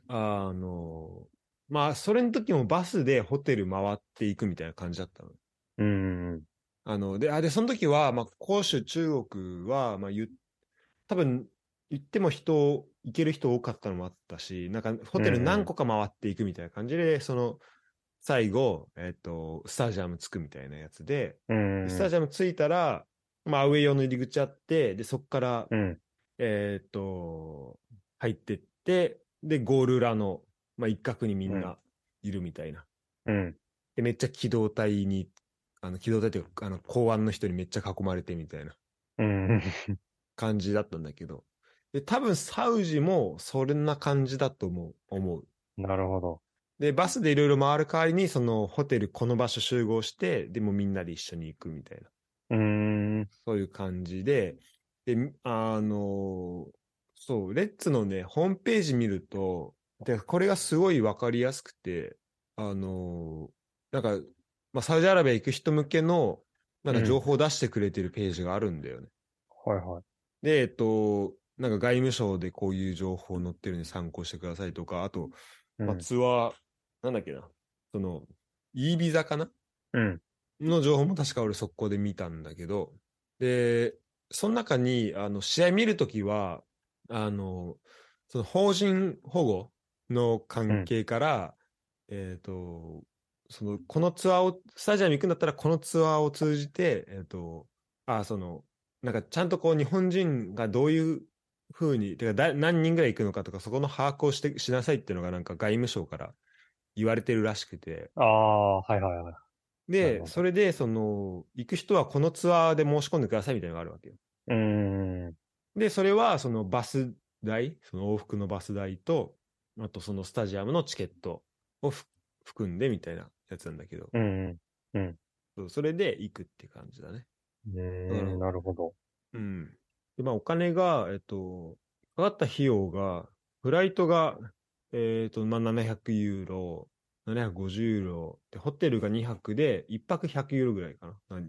[SPEAKER 1] あの、まあ、それの時もバスでホテル回っていくみたいな感じだったの。
[SPEAKER 2] い。うんうん
[SPEAKER 1] あの、で、あ、で、その時は、まあ、杭州、中国は、まあ、ゆ、多分、行っても人、行ける人多かったのもあったし、なんか、ホテル何個か回っていくみたいな感じで、その、最後、えっ、と、スタジアム着くみたいなやつで、
[SPEAKER 2] うん。うんうん。
[SPEAKER 1] スタジアム着いたら、まあ、アウェイ用の入り口あって、で、そこから、
[SPEAKER 2] うん。
[SPEAKER 1] えっ、と、入ってって、で、ゴール裏の、まあ、一角にみんないるみたいな。
[SPEAKER 2] うん。
[SPEAKER 1] で、めっちゃ機動隊に、あの、機動隊というか、あの、公安の人にめっちゃ囲まれてみたいな
[SPEAKER 2] うん [LAUGHS] うん。
[SPEAKER 1] 感じだったんだけど。で、多分サウジもそんな感じだと思う。思う。
[SPEAKER 2] なるほど。
[SPEAKER 1] で、バスでいろいろ回る代わりに、そのホテルこの場所集合して、でもうみんなで一緒に行くみたいな。
[SPEAKER 2] うーん。
[SPEAKER 1] そういう感じで、で、あのーそう、レッツのね、ホームページ見ると、で、これがすごいわかりやすくて、あのーなんか、まあ、サウジアラビア行く人向けの、なんか
[SPEAKER 2] うん
[SPEAKER 1] 情報を出してくれてるページがあるんだよね。
[SPEAKER 2] はいはい。
[SPEAKER 1] で、えっと、なんか外務省でこういう情報載ってるんで参考してくださいとか、あと、
[SPEAKER 2] うん
[SPEAKER 1] まあ、ツアー、なんだっけな、その、e ビザかな
[SPEAKER 2] うん。
[SPEAKER 1] の情報も確か俺速攻で見たんだけど、で、その中に、あの、試合見るときは、あの、その法人保護の関係から、えっ、と、その、このツアーを、スタジアム行くんだったら、このツアーを通じて、えっ、と、あ、その、なんかちゃんとこう日本人がどういうふうに、てかだ何人ぐらい行くのかとか、そこの把握をして、しなさいっていうのがなんか外務省から言われてるらしくて、
[SPEAKER 2] ああ、はいはいはい。なる
[SPEAKER 1] で
[SPEAKER 2] ほ、ど
[SPEAKER 1] それで、その、行く人はこのツアーで申し込んでくださいみたいなのがあるわけよ。
[SPEAKER 2] うーん。
[SPEAKER 1] で、それは、そのバス代、その往復のバス代と、あとそのスタジアムのチケットをふ含んでみたいなやつなんだけど、
[SPEAKER 2] うん。
[SPEAKER 1] そうそれで行くって感じだね。
[SPEAKER 2] う
[SPEAKER 1] だから
[SPEAKER 2] ん。なるほど。
[SPEAKER 1] うん。で、まあ、お金が、えっと、かかった費用が、フライトが、えっと、まあ、700ユーロ、750ユーロ、で、ホテルが2泊で、1泊100ユーロぐらいかな。な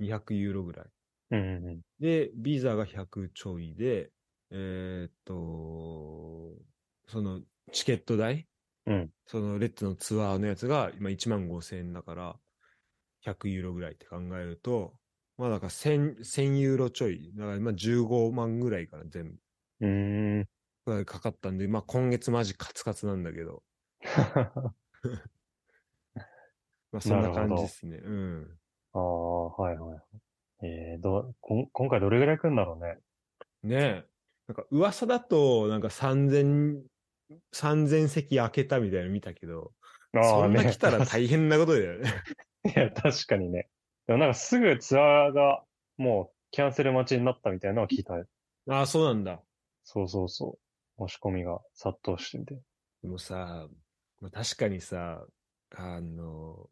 [SPEAKER 1] 200ユーロぐらい。
[SPEAKER 2] うんうん
[SPEAKER 1] で、ビザが100ちょいで、えーっと、そのチケット代、
[SPEAKER 2] うん
[SPEAKER 1] そのレッツのツアーのやつが今1万5千円だから、100ユーロぐらいって考えると、まあだから1000、1000ユーロちょい。だから今15万ぐらいから全部。
[SPEAKER 2] うーん。 [LAUGHS]
[SPEAKER 1] ぐらいかかったんで、まあ今月マジカツカツなんだけど。まあそんな感じですね。うん。
[SPEAKER 2] ああ、はいはい。えー、ど、こん今回どれぐらい来るんだろうね。
[SPEAKER 1] ねえ。なんか噂だと、なんか3000、3000席開けたみたいなの見たけど、
[SPEAKER 2] あ
[SPEAKER 1] そ
[SPEAKER 2] あ、
[SPEAKER 1] ん
[SPEAKER 2] ね
[SPEAKER 1] な来たら大変なことだよね。
[SPEAKER 2] いや、確かにね。でもなんかすぐツアーがもうキャンセル待ちになったみたいなのを聞いた。
[SPEAKER 1] [LAUGHS] ああ、そうなんだ。
[SPEAKER 2] そうそうそう。申し込みが殺到してて。
[SPEAKER 1] でもさ、まあ、確かにさ、あの、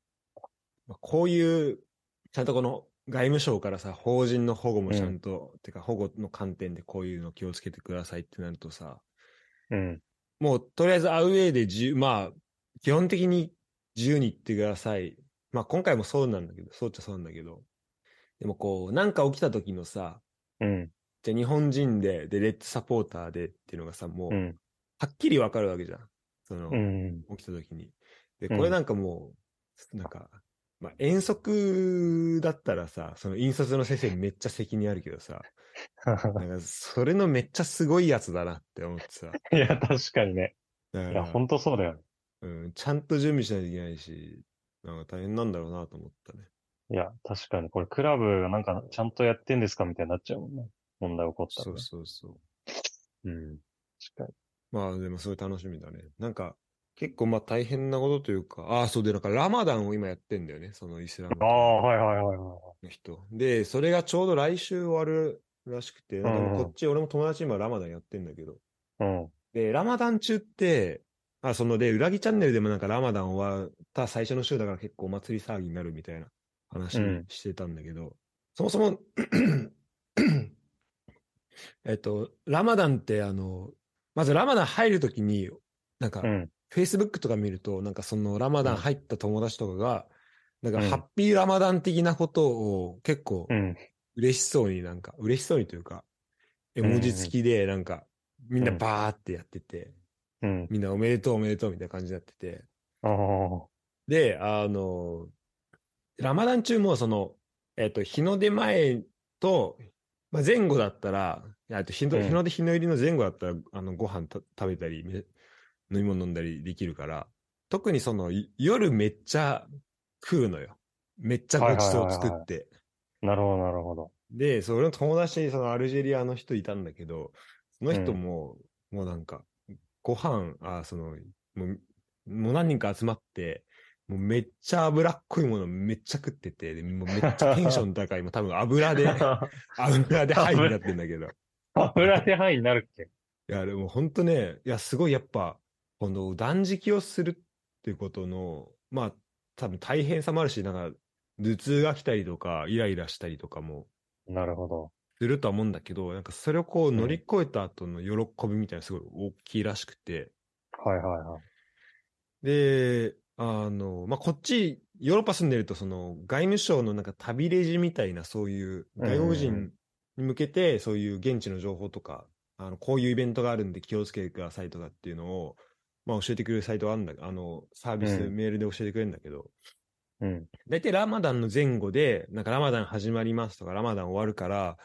[SPEAKER 1] まあ、こういう、ちゃんとこの外務省からさ、法人の保護もちゃんと、てか保護の観点でこういうの気をつけてくださいってなるとさ、
[SPEAKER 2] うん。
[SPEAKER 1] もうとりあえずアウェイで自由、まあ、基本的に自由に行ってください。まあ今回もそうなんだけど、そうっちゃそうなんだけど、でもこう、なんか起きた時のさ、
[SPEAKER 2] うん。
[SPEAKER 1] じゃあ日本人で、で、レッドサポーターでっていうのがさ、もう、
[SPEAKER 2] うん。
[SPEAKER 1] はっきりわかるわけじゃん。その、
[SPEAKER 2] うん。
[SPEAKER 1] 起きた時に。で、
[SPEAKER 2] うん
[SPEAKER 1] これなんかもう、なんか、まあ、遠足だったらさ、その引率の先生めっちゃ責任あるけどさ、なんかそれのめっちゃすごいやつだなって思ってさ。
[SPEAKER 2] いや、確かにね。
[SPEAKER 1] だか
[SPEAKER 2] いや、
[SPEAKER 1] ら
[SPEAKER 2] ほ、んとそうだよね。
[SPEAKER 1] うん、ちゃんと準備しないといけないし、なんか大変なんだろうなと思ったね。
[SPEAKER 2] いや、確かに。これ、クラブがなんか、ちゃんとやってんですかみたいになっちゃうもんね。問題起こったら
[SPEAKER 1] そ
[SPEAKER 2] ね、
[SPEAKER 1] うそうそう。
[SPEAKER 2] うん。確か
[SPEAKER 1] まあでもすごい楽しみだね。なんか、結構まあ大変なことというか、ああ、そうで、なんかラマダンを今やってんだよね、そのイスラム
[SPEAKER 2] に。ああ、はいはいはいはい。
[SPEAKER 1] の人。で、それがちょうど来週終わるらしくて、なんかもうこっち、俺も友達今ラマダンやってんだけど、
[SPEAKER 2] うん。
[SPEAKER 1] で、ラマダン中って、あ、その、で、裏木チャンネルでもなんかラマダン終わった最初の週だから結構お祭り騒ぎになるみたいな話
[SPEAKER 2] うん
[SPEAKER 1] してたんだけど、そもそも、 [COUGHS] えっと、ラマダンってあの、まずラマダン入るときに、なんか
[SPEAKER 2] う、ん。
[SPEAKER 1] Facebook とか見ると、なんかそのラマダン入った友達とかが、なんか
[SPEAKER 2] うん
[SPEAKER 1] ハッピーラマダン的なことを結構
[SPEAKER 2] うん。
[SPEAKER 1] 嬉しそうになんか、嬉しそうにというか、絵文字付きでなんか、みんなバーってやってて、
[SPEAKER 2] うん。
[SPEAKER 1] みんなおめでとうおめでとうみたいな感じになってて。
[SPEAKER 2] ああ。
[SPEAKER 1] で、あの、ラマダン中もその、えっ、と、日の出前と、まあ、前後だったら、あと日の
[SPEAKER 2] うん
[SPEAKER 1] 日の出日の入りの前後だったら、あの、ご飯た食べたり、め飲み物飲んだりできるから、特にその、い夜めっちゃ食うのよ。めっちゃごちそう作
[SPEAKER 2] はいはいはいは
[SPEAKER 1] って。
[SPEAKER 2] なるほど、なるほど。
[SPEAKER 1] で、それの友達にそのアルジェリアの人いたんだけど、その人も、もうなんか、ご飯、あ、その、もう、もう何人か集まって、もうめっちゃ脂っこいものめっちゃ食ってて、でもうめっちゃテンション高い、もう多分油
[SPEAKER 2] [LAUGHS]
[SPEAKER 1] で、油でハイになってんだけど。い
[SPEAKER 2] 油手範囲になるっけ
[SPEAKER 1] や、でも本当ね、いや、すごいやっぱ、この断食をするっていうことの、まあ、多分大変さもあるし、なんか、頭痛が来たりとか、イライラしたりとかも、
[SPEAKER 2] なるほど。
[SPEAKER 1] するとは思うんだけど、なんかそれをこう乗り越えた後の喜びみたいなのすごい大きいらしくて。
[SPEAKER 2] はいはいはい。
[SPEAKER 1] で、あの、まあ、こっち、ヨーロッパ住んでると、その外務省のなんか旅レジみたいなそういう外国
[SPEAKER 2] うんうん
[SPEAKER 1] 人に向けてそういう現地の情報とか、あの、こういうイベントがあるんで気をつけてくださいとかっていうのを、まあ、教えてくれるサイトがあるんだ、あの、サービス、
[SPEAKER 2] うん
[SPEAKER 1] メールで教えてくれるんだけど、
[SPEAKER 2] うん。
[SPEAKER 1] 大体ラマダンの前後で、なんかラマダン始まりますとか、ラマダン終わるから、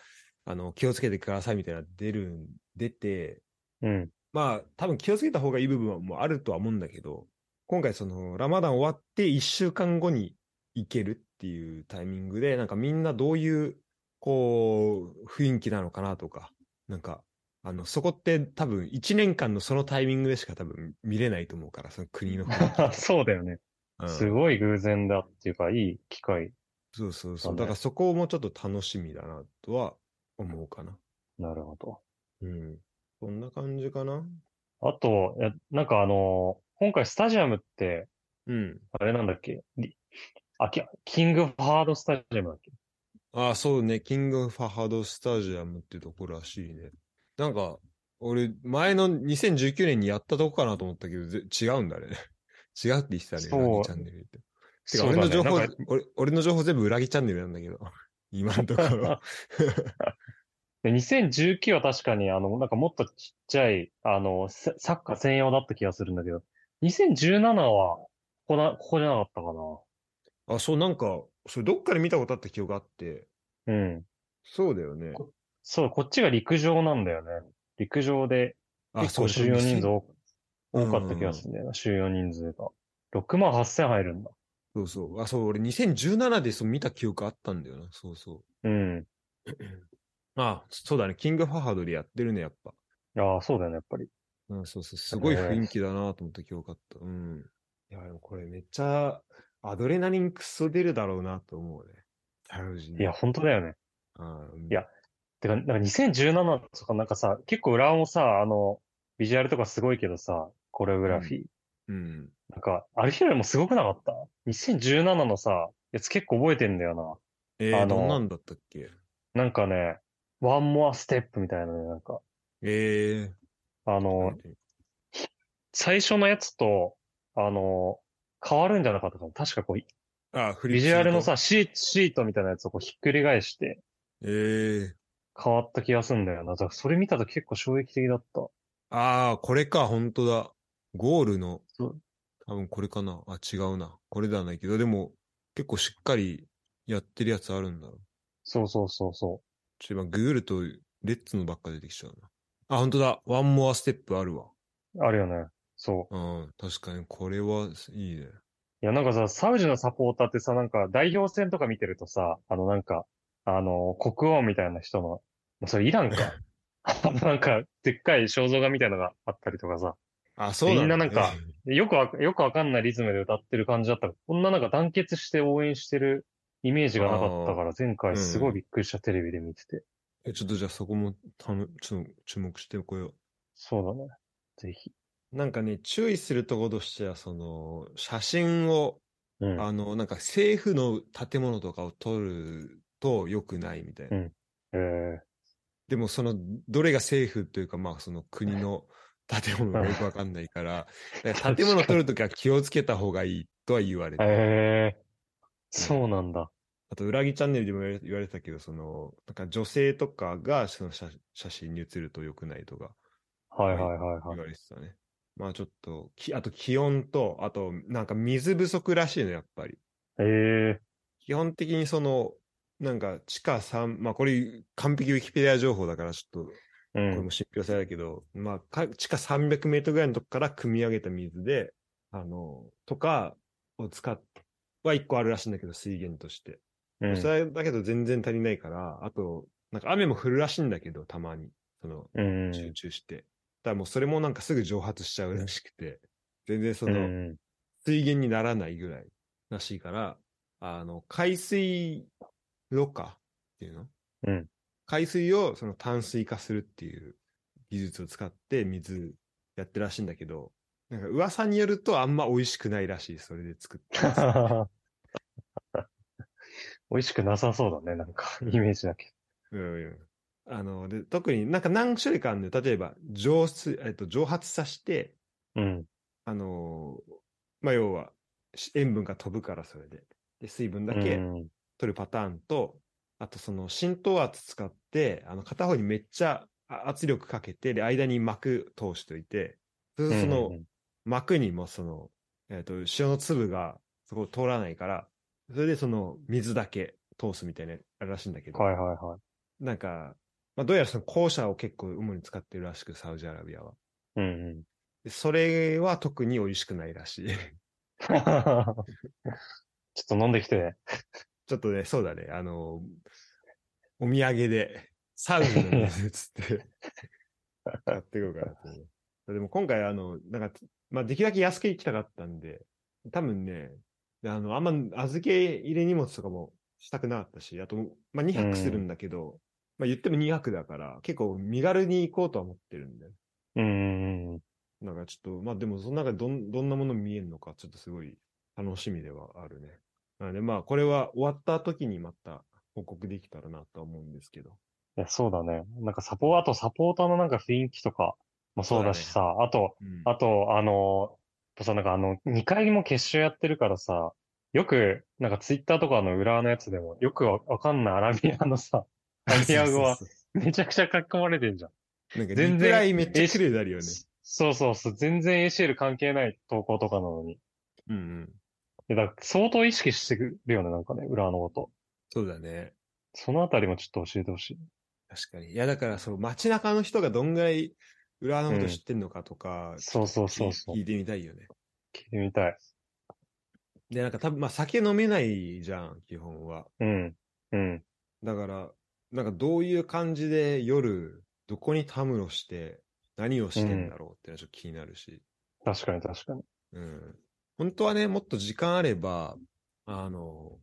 [SPEAKER 1] あの、気をつけてくださいみたいな出るん、出て、
[SPEAKER 2] うん。
[SPEAKER 1] [LAUGHS] まあ、多分気をつけた方がいい部分もあるとは思うんだけど、今回その、ラマダン終わって1週間後に行けるっていうタイミングで、なんかみんなどういう、こう、雰囲気なのかなとか、なんか、あの、そこって多分1年間のそのタイミングでしか多分見れないと思うから、その国の
[SPEAKER 2] [LAUGHS]
[SPEAKER 1] 雰囲
[SPEAKER 2] そうだよね。
[SPEAKER 1] 気。
[SPEAKER 2] す
[SPEAKER 1] うん
[SPEAKER 2] ごい偶然だっていうか、いい機会。
[SPEAKER 1] そうそうそ
[SPEAKER 2] そう
[SPEAKER 1] う。
[SPEAKER 2] ね
[SPEAKER 1] だからそこもちょっと楽しみだなとは思うかな。
[SPEAKER 2] なるほど。
[SPEAKER 1] うん。そんな感じかな
[SPEAKER 2] あと、いやなんかあのー今回スタジアムって、
[SPEAKER 1] うん。
[SPEAKER 2] あれなんだっけリあ、キキングファードスタジアムだっけ
[SPEAKER 1] ああ、そうね。キングファハドスタジアムっていうところらしいね。なんか、俺、前の2019年にやったとこかなと思ったけど、ぜ違うんだね。 [LAUGHS] 違うって言ってたね。
[SPEAKER 2] そう
[SPEAKER 1] 裏木チャンネルって。てか、
[SPEAKER 2] そう
[SPEAKER 1] 俺
[SPEAKER 2] だ
[SPEAKER 1] の
[SPEAKER 2] ね
[SPEAKER 1] 情報
[SPEAKER 2] なんか、
[SPEAKER 1] 俺、俺の情報全部裏木チャンネルなんだけど。 [LAUGHS] 今のところ。
[SPEAKER 2] で2019は確かに、あの、なんかもっとちっちゃい、あの、ササッカー専用だった気がするんだけど、2017は、ここな、ここじゃなかったかな。
[SPEAKER 1] あ、そう、なんか、それどっかで見たことあった記憶があって、
[SPEAKER 2] うん。
[SPEAKER 1] そうだよね。
[SPEAKER 2] そう、こっちが陸上なんだよね。陸上で、結構収容人数多多かった気が
[SPEAKER 1] る。
[SPEAKER 2] するんだよな、収容人数が。6万8000入るんだ。
[SPEAKER 1] そうそう。あ、そう、俺2017でそう見た記憶あったんだよな。そうそう。
[SPEAKER 2] うん。
[SPEAKER 1] あ、そうだね。キングファハドでやってるね、やっぱ。
[SPEAKER 2] ああ、そうだよね、やっぱり。
[SPEAKER 1] うん、そうそう。すごい雰囲気だなと思って今日買った。うん。いや、でもこれめっちゃアドレナリンクソ出るだろうなと思うね。タロジ
[SPEAKER 2] いや、本当だよね。
[SPEAKER 1] うん、
[SPEAKER 2] いやてか、なんか2017とかなんかさ、結構裏もさ、あの、ビジュアルとかすごいけどさ、コレオグラフィー。
[SPEAKER 1] うん。
[SPEAKER 2] なんか、あれよりもすごくなかった ?2017 のさ、やつ結構覚えてんだよ
[SPEAKER 1] えー、
[SPEAKER 2] あの
[SPEAKER 1] どんなんだったっけ
[SPEAKER 2] な。なんかね、ワンモアステップみたいなね、なんか、
[SPEAKER 1] え
[SPEAKER 2] あ
[SPEAKER 1] ー、
[SPEAKER 2] の、最初のやつと、あの、変わるんじゃなかったかな確かこう、
[SPEAKER 1] あ、フリップ
[SPEAKER 2] ビジュアルのさ、
[SPEAKER 1] す
[SPEAKER 2] シート、シートみたいなやつをこうひっくり返して
[SPEAKER 1] ると。えー、
[SPEAKER 2] 変わった気がするんだよな。だからそれ見たと結構衝撃的だった。
[SPEAKER 1] ああ、これか、本当だ。ゴールの
[SPEAKER 2] そう、
[SPEAKER 1] 多分これかな。あ、違うな。これではないけど、でも、結構しっかりやってるやつあるんだろう。
[SPEAKER 2] そうそうそうそ
[SPEAKER 1] ちょ、今、グールとレッツのばっか出てきちゃうな。あ、本当だ。ワンモアステップあるわ。
[SPEAKER 2] う。あるよね。そう。
[SPEAKER 1] うん、確かに、これは、いいね。
[SPEAKER 2] いや、なんかさ、サウジのサポーターってさ、なんか代表戦とか見てるとさ、あのなんか、あの、国王みたいな人の、まあそれイランか。 [LAUGHS] あのなんか、でっかい肖像画みたいなのがあったりとかさ、
[SPEAKER 1] あ、そう
[SPEAKER 2] みん
[SPEAKER 1] だ
[SPEAKER 2] な
[SPEAKER 1] ね
[SPEAKER 2] なんか、でよくわ、よくわかんないリズムで歌ってる感じだったからこんななんか団結して応援してるイメージがなかったから、前回すごいびっくりした、テレビで見てて。
[SPEAKER 1] えちょっとじゃあそこも、たの、ちょっと注目してこよう。
[SPEAKER 2] そうだね。ぜひ。
[SPEAKER 1] なんかね、注意するところとしては、その、写真を、
[SPEAKER 2] うん。
[SPEAKER 1] あの、なんか政府の建物とかを撮ると良くないみたいな。
[SPEAKER 2] うんえー
[SPEAKER 1] でもその、どれが政府というか、まあその国の建物がよくわかんない
[SPEAKER 2] [LAUGHS]
[SPEAKER 1] から、だから建物撮るときは気をつけた方がいいとは言われてる。
[SPEAKER 2] えーそうなんだ。
[SPEAKER 1] あと、裏木チャンネルでも言われ言われてたけど、その、なんか女性とかがその写写真に写ると良くないとか
[SPEAKER 2] はいはいはいは
[SPEAKER 1] 言
[SPEAKER 2] い。
[SPEAKER 1] われてたね。まあちょっと、きあと気温と、あとなんか水不足らしいの、やっぱり。
[SPEAKER 2] ええ
[SPEAKER 1] 基本的にその、なんか地下3、まあこれ完璧ウィキペディア情報だからちょっと
[SPEAKER 2] ー。う
[SPEAKER 1] これ
[SPEAKER 2] ん
[SPEAKER 1] も。信憑性だけど、まあか地下300メートルぐらいのとこから汲み上げた水で、あの、とかを使っは一個あるらしいんだけど、水源として。
[SPEAKER 2] うん
[SPEAKER 1] それだけど全然足りないから、あと、なんか雨も降るらしいんだけど、たまに。その、
[SPEAKER 2] うん。
[SPEAKER 1] 集中して。だからもうそれもなんかすぐ蒸発しちゃうらしくて、全然その、
[SPEAKER 2] うん [LAUGHS]
[SPEAKER 1] 水源にならないぐらいらしいから、あの、海水ろ過っていうの
[SPEAKER 2] うん
[SPEAKER 1] 海水をその淡水化するっていう技術を使って水やってるらしいんだけど、なんか噂によるとあんま美味しくないらしい、それで作って
[SPEAKER 2] [LAUGHS]
[SPEAKER 1] ます。
[SPEAKER 2] 美味しくなさそうだね、なんか、イメージだけ。
[SPEAKER 1] うんうん。あの、で、特になんか何種類かあるんだよ。例えば、蒸水、えっと、蒸発させて、
[SPEAKER 2] うん。
[SPEAKER 1] あのーまあ、要は、し塩分が飛ぶからそれで。で、水分だけ
[SPEAKER 2] うん
[SPEAKER 1] 取るパターンと、あとその浸透圧使って、あの片方にめっちゃあ圧力かけて、で、間に膜通しといて、そうするとその、膜にもその、えっ、と、塩の粒がそこを通らないから、それでその水だけ通すみたいなあるらしいんだけど、
[SPEAKER 2] はいはいはい。
[SPEAKER 1] なんか、まあ、どうやらその校舎を結構主に使ってるらしく、サウジアラビアは。
[SPEAKER 2] うんうん。 [LAUGHS]
[SPEAKER 1] でそれは特に美味しくないらしい。
[SPEAKER 2] ちょっと飲んできてね。
[SPEAKER 1] ちょっとね、そうだね、あの、お土産で、サウジの水つって、買っていこうかなと思う。でも今回、あの、なんか、まあ、できるだけ安く行きたかったんで、多分ね、あの、あんま預け入れ荷物とかもしたくなかったし、あと、まあ、2泊するんだけど、まあ、言っても2泊だから、結構身軽に行こうとは思ってるんで、
[SPEAKER 2] うんうんうん。
[SPEAKER 1] なんかちょっと、まあでもその中でどんどんなもの見えるのか、ちょっとすごい楽しみではあるね。なのでまあこれは終わった時にまた報告できたらなとは思うんですけど。
[SPEAKER 2] いや、そうだね。なんかサポー、あとサポーターのなんか雰囲気とかもそうだし
[SPEAKER 1] そ
[SPEAKER 2] さ、あと、
[SPEAKER 1] うん
[SPEAKER 2] あと、あの、さ、なんかあの、2回も決勝やってるからさ、よく、なんかツイッターとかの裏のやつでも、よくわわかんないアラビアのさ、アラビア語は
[SPEAKER 1] [LAUGHS] そうそうそ
[SPEAKER 2] めちゃくちゃ書き込まれてんじゃん。
[SPEAKER 1] うなんか
[SPEAKER 2] 全然
[SPEAKER 1] リプライめっちゃ綺麗になるよね。
[SPEAKER 2] そうそうそう、全然 ACL 関係ない投稿とかなのに。い
[SPEAKER 1] うんうん。
[SPEAKER 2] やだから相当意識してくるよね、なんかね、裏のこと。
[SPEAKER 1] そうだね。
[SPEAKER 2] そのあたりもちょっと教えてほしい。
[SPEAKER 1] 確かに。いや、だから、その街中の人がどんぐらい裏のこと知ってんのかとか、
[SPEAKER 2] そうそう
[SPEAKER 1] き
[SPEAKER 2] そうそう。
[SPEAKER 1] 聞
[SPEAKER 2] 聞
[SPEAKER 1] いてみたいよね。
[SPEAKER 2] いてみたい。
[SPEAKER 1] で、なんか多分、まあ酒飲めないじゃん、基本は。
[SPEAKER 2] うん。うん。
[SPEAKER 1] だから、なんかどういう感じで夜、どこにたむろして、何をしてんだろうっていうのはちょっと気になるし。
[SPEAKER 2] 確かに確かに。
[SPEAKER 1] うん。本当はね、もっと時間あれば、あの、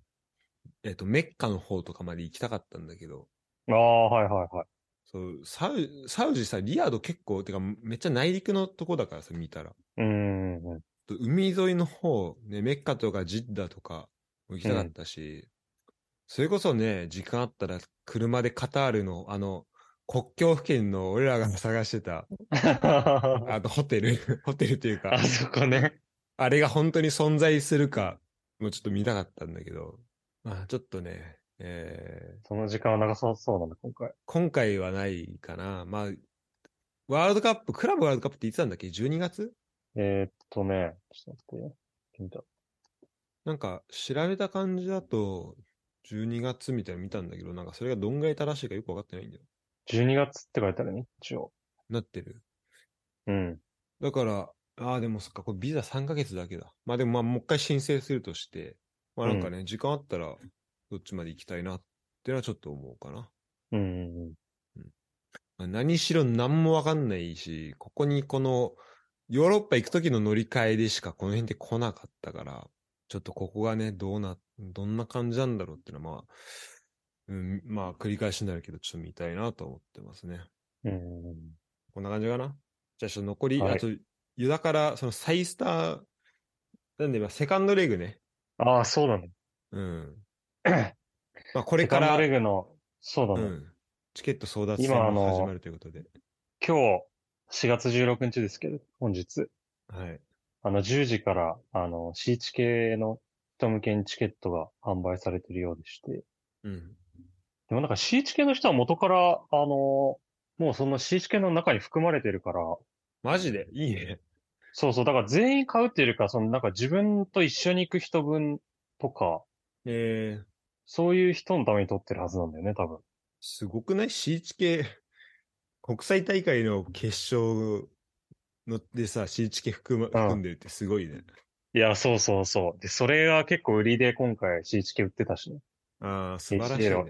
[SPEAKER 1] えっ、と、メッカの方とかまで行きたかったんだけど、
[SPEAKER 2] ああ、はいはいはい。
[SPEAKER 1] そう、サウサウジさ、リヤド結構、てか、めっちゃ内陸のとこだからさ、見たら。
[SPEAKER 2] うーん。
[SPEAKER 1] [LAUGHS]
[SPEAKER 2] うん
[SPEAKER 1] と海沿いの方、ね、メッカとかジッダとかも行きたかったし、それこそね、時間あったら車でカタールのあの、国境付近の俺らが探してた、あのホテル、 [LAUGHS] ホテルというか
[SPEAKER 2] あ、そこね。
[SPEAKER 1] あれが本当に存在するか、もうちょっと見たかったんだけど、まあちょっとね、えー
[SPEAKER 2] その時間は長さそうなんだ、今回。
[SPEAKER 1] 今回はないかな。まあ、ワールドカップ、クラブワールドカップっていつなんだっけ ?12 月
[SPEAKER 2] えー、っとね、ちょっと待ってね。
[SPEAKER 1] なんか調べた感じだと、12月みたいなの見たんだけど、なんかそれがどんぐらい正しいかよくわかってないんだよ。
[SPEAKER 2] 12月って書いてあるね、一応。
[SPEAKER 1] なってる。
[SPEAKER 2] うん。
[SPEAKER 1] だから、ああ、でもそっか、これビザ3ヶ月だけだ。まあでもまあもう一回申請するとして、まあなんかね、時間あったらどっちまで行きたいなってのはちょっと思うかな。
[SPEAKER 2] うんうんうん。
[SPEAKER 1] まあ何しろ何もわかんないし、ここにこのヨーロッパ行く時の乗り換えでしかこの辺で来なかったから、ちょっとここがね、どうな、どんな感じなんだろうっていうのはまあ、うん、まあ繰り返しになるけど、ちょっと見たいなと思ってますね。
[SPEAKER 2] うんうんうん。
[SPEAKER 1] こんな感じかな。じゃあちょっと残り、
[SPEAKER 2] はい
[SPEAKER 1] あと、ユダからそのサイスター、なんで今セカンドレグね。
[SPEAKER 2] ああ、そ
[SPEAKER 1] [CLEARS THROAT]
[SPEAKER 2] うだね。
[SPEAKER 1] うん。まあこれ
[SPEAKER 2] セ
[SPEAKER 1] か
[SPEAKER 2] カン
[SPEAKER 1] ら、
[SPEAKER 2] ドレグの、そうだ
[SPEAKER 1] う
[SPEAKER 2] ね。
[SPEAKER 1] ん。チケット争奪戦
[SPEAKER 2] 今あの
[SPEAKER 1] が始まるということで。
[SPEAKER 2] 今日、4月16日ですけど、本日。
[SPEAKER 1] はい。
[SPEAKER 2] あの、10時から、あの、シーチ系の人向けにチケットが販売されてるようでして。
[SPEAKER 1] うん。
[SPEAKER 2] でもなんかシーチ系の人は元から、あの、もうそのシーチ系の中に含まれてるから、
[SPEAKER 1] マジでいいね。
[SPEAKER 2] そうそう、だから全員買うっていうよりかは、そのなんか自分と一緒に行く人分とか、
[SPEAKER 1] えー、
[SPEAKER 2] そういう人のために取ってるはずなんだよね、多分。
[SPEAKER 1] すごくない ?C1 系、国際大会の決勝のでさ、C1 系含,、ま、
[SPEAKER 2] うん
[SPEAKER 1] 含んでるってすごいね。
[SPEAKER 2] いや、そうそうそう。で、それが結構売りで今回 C チケ売ってたしね。
[SPEAKER 1] ああ、素晴らしいね
[SPEAKER 2] ACL。
[SPEAKER 1] うん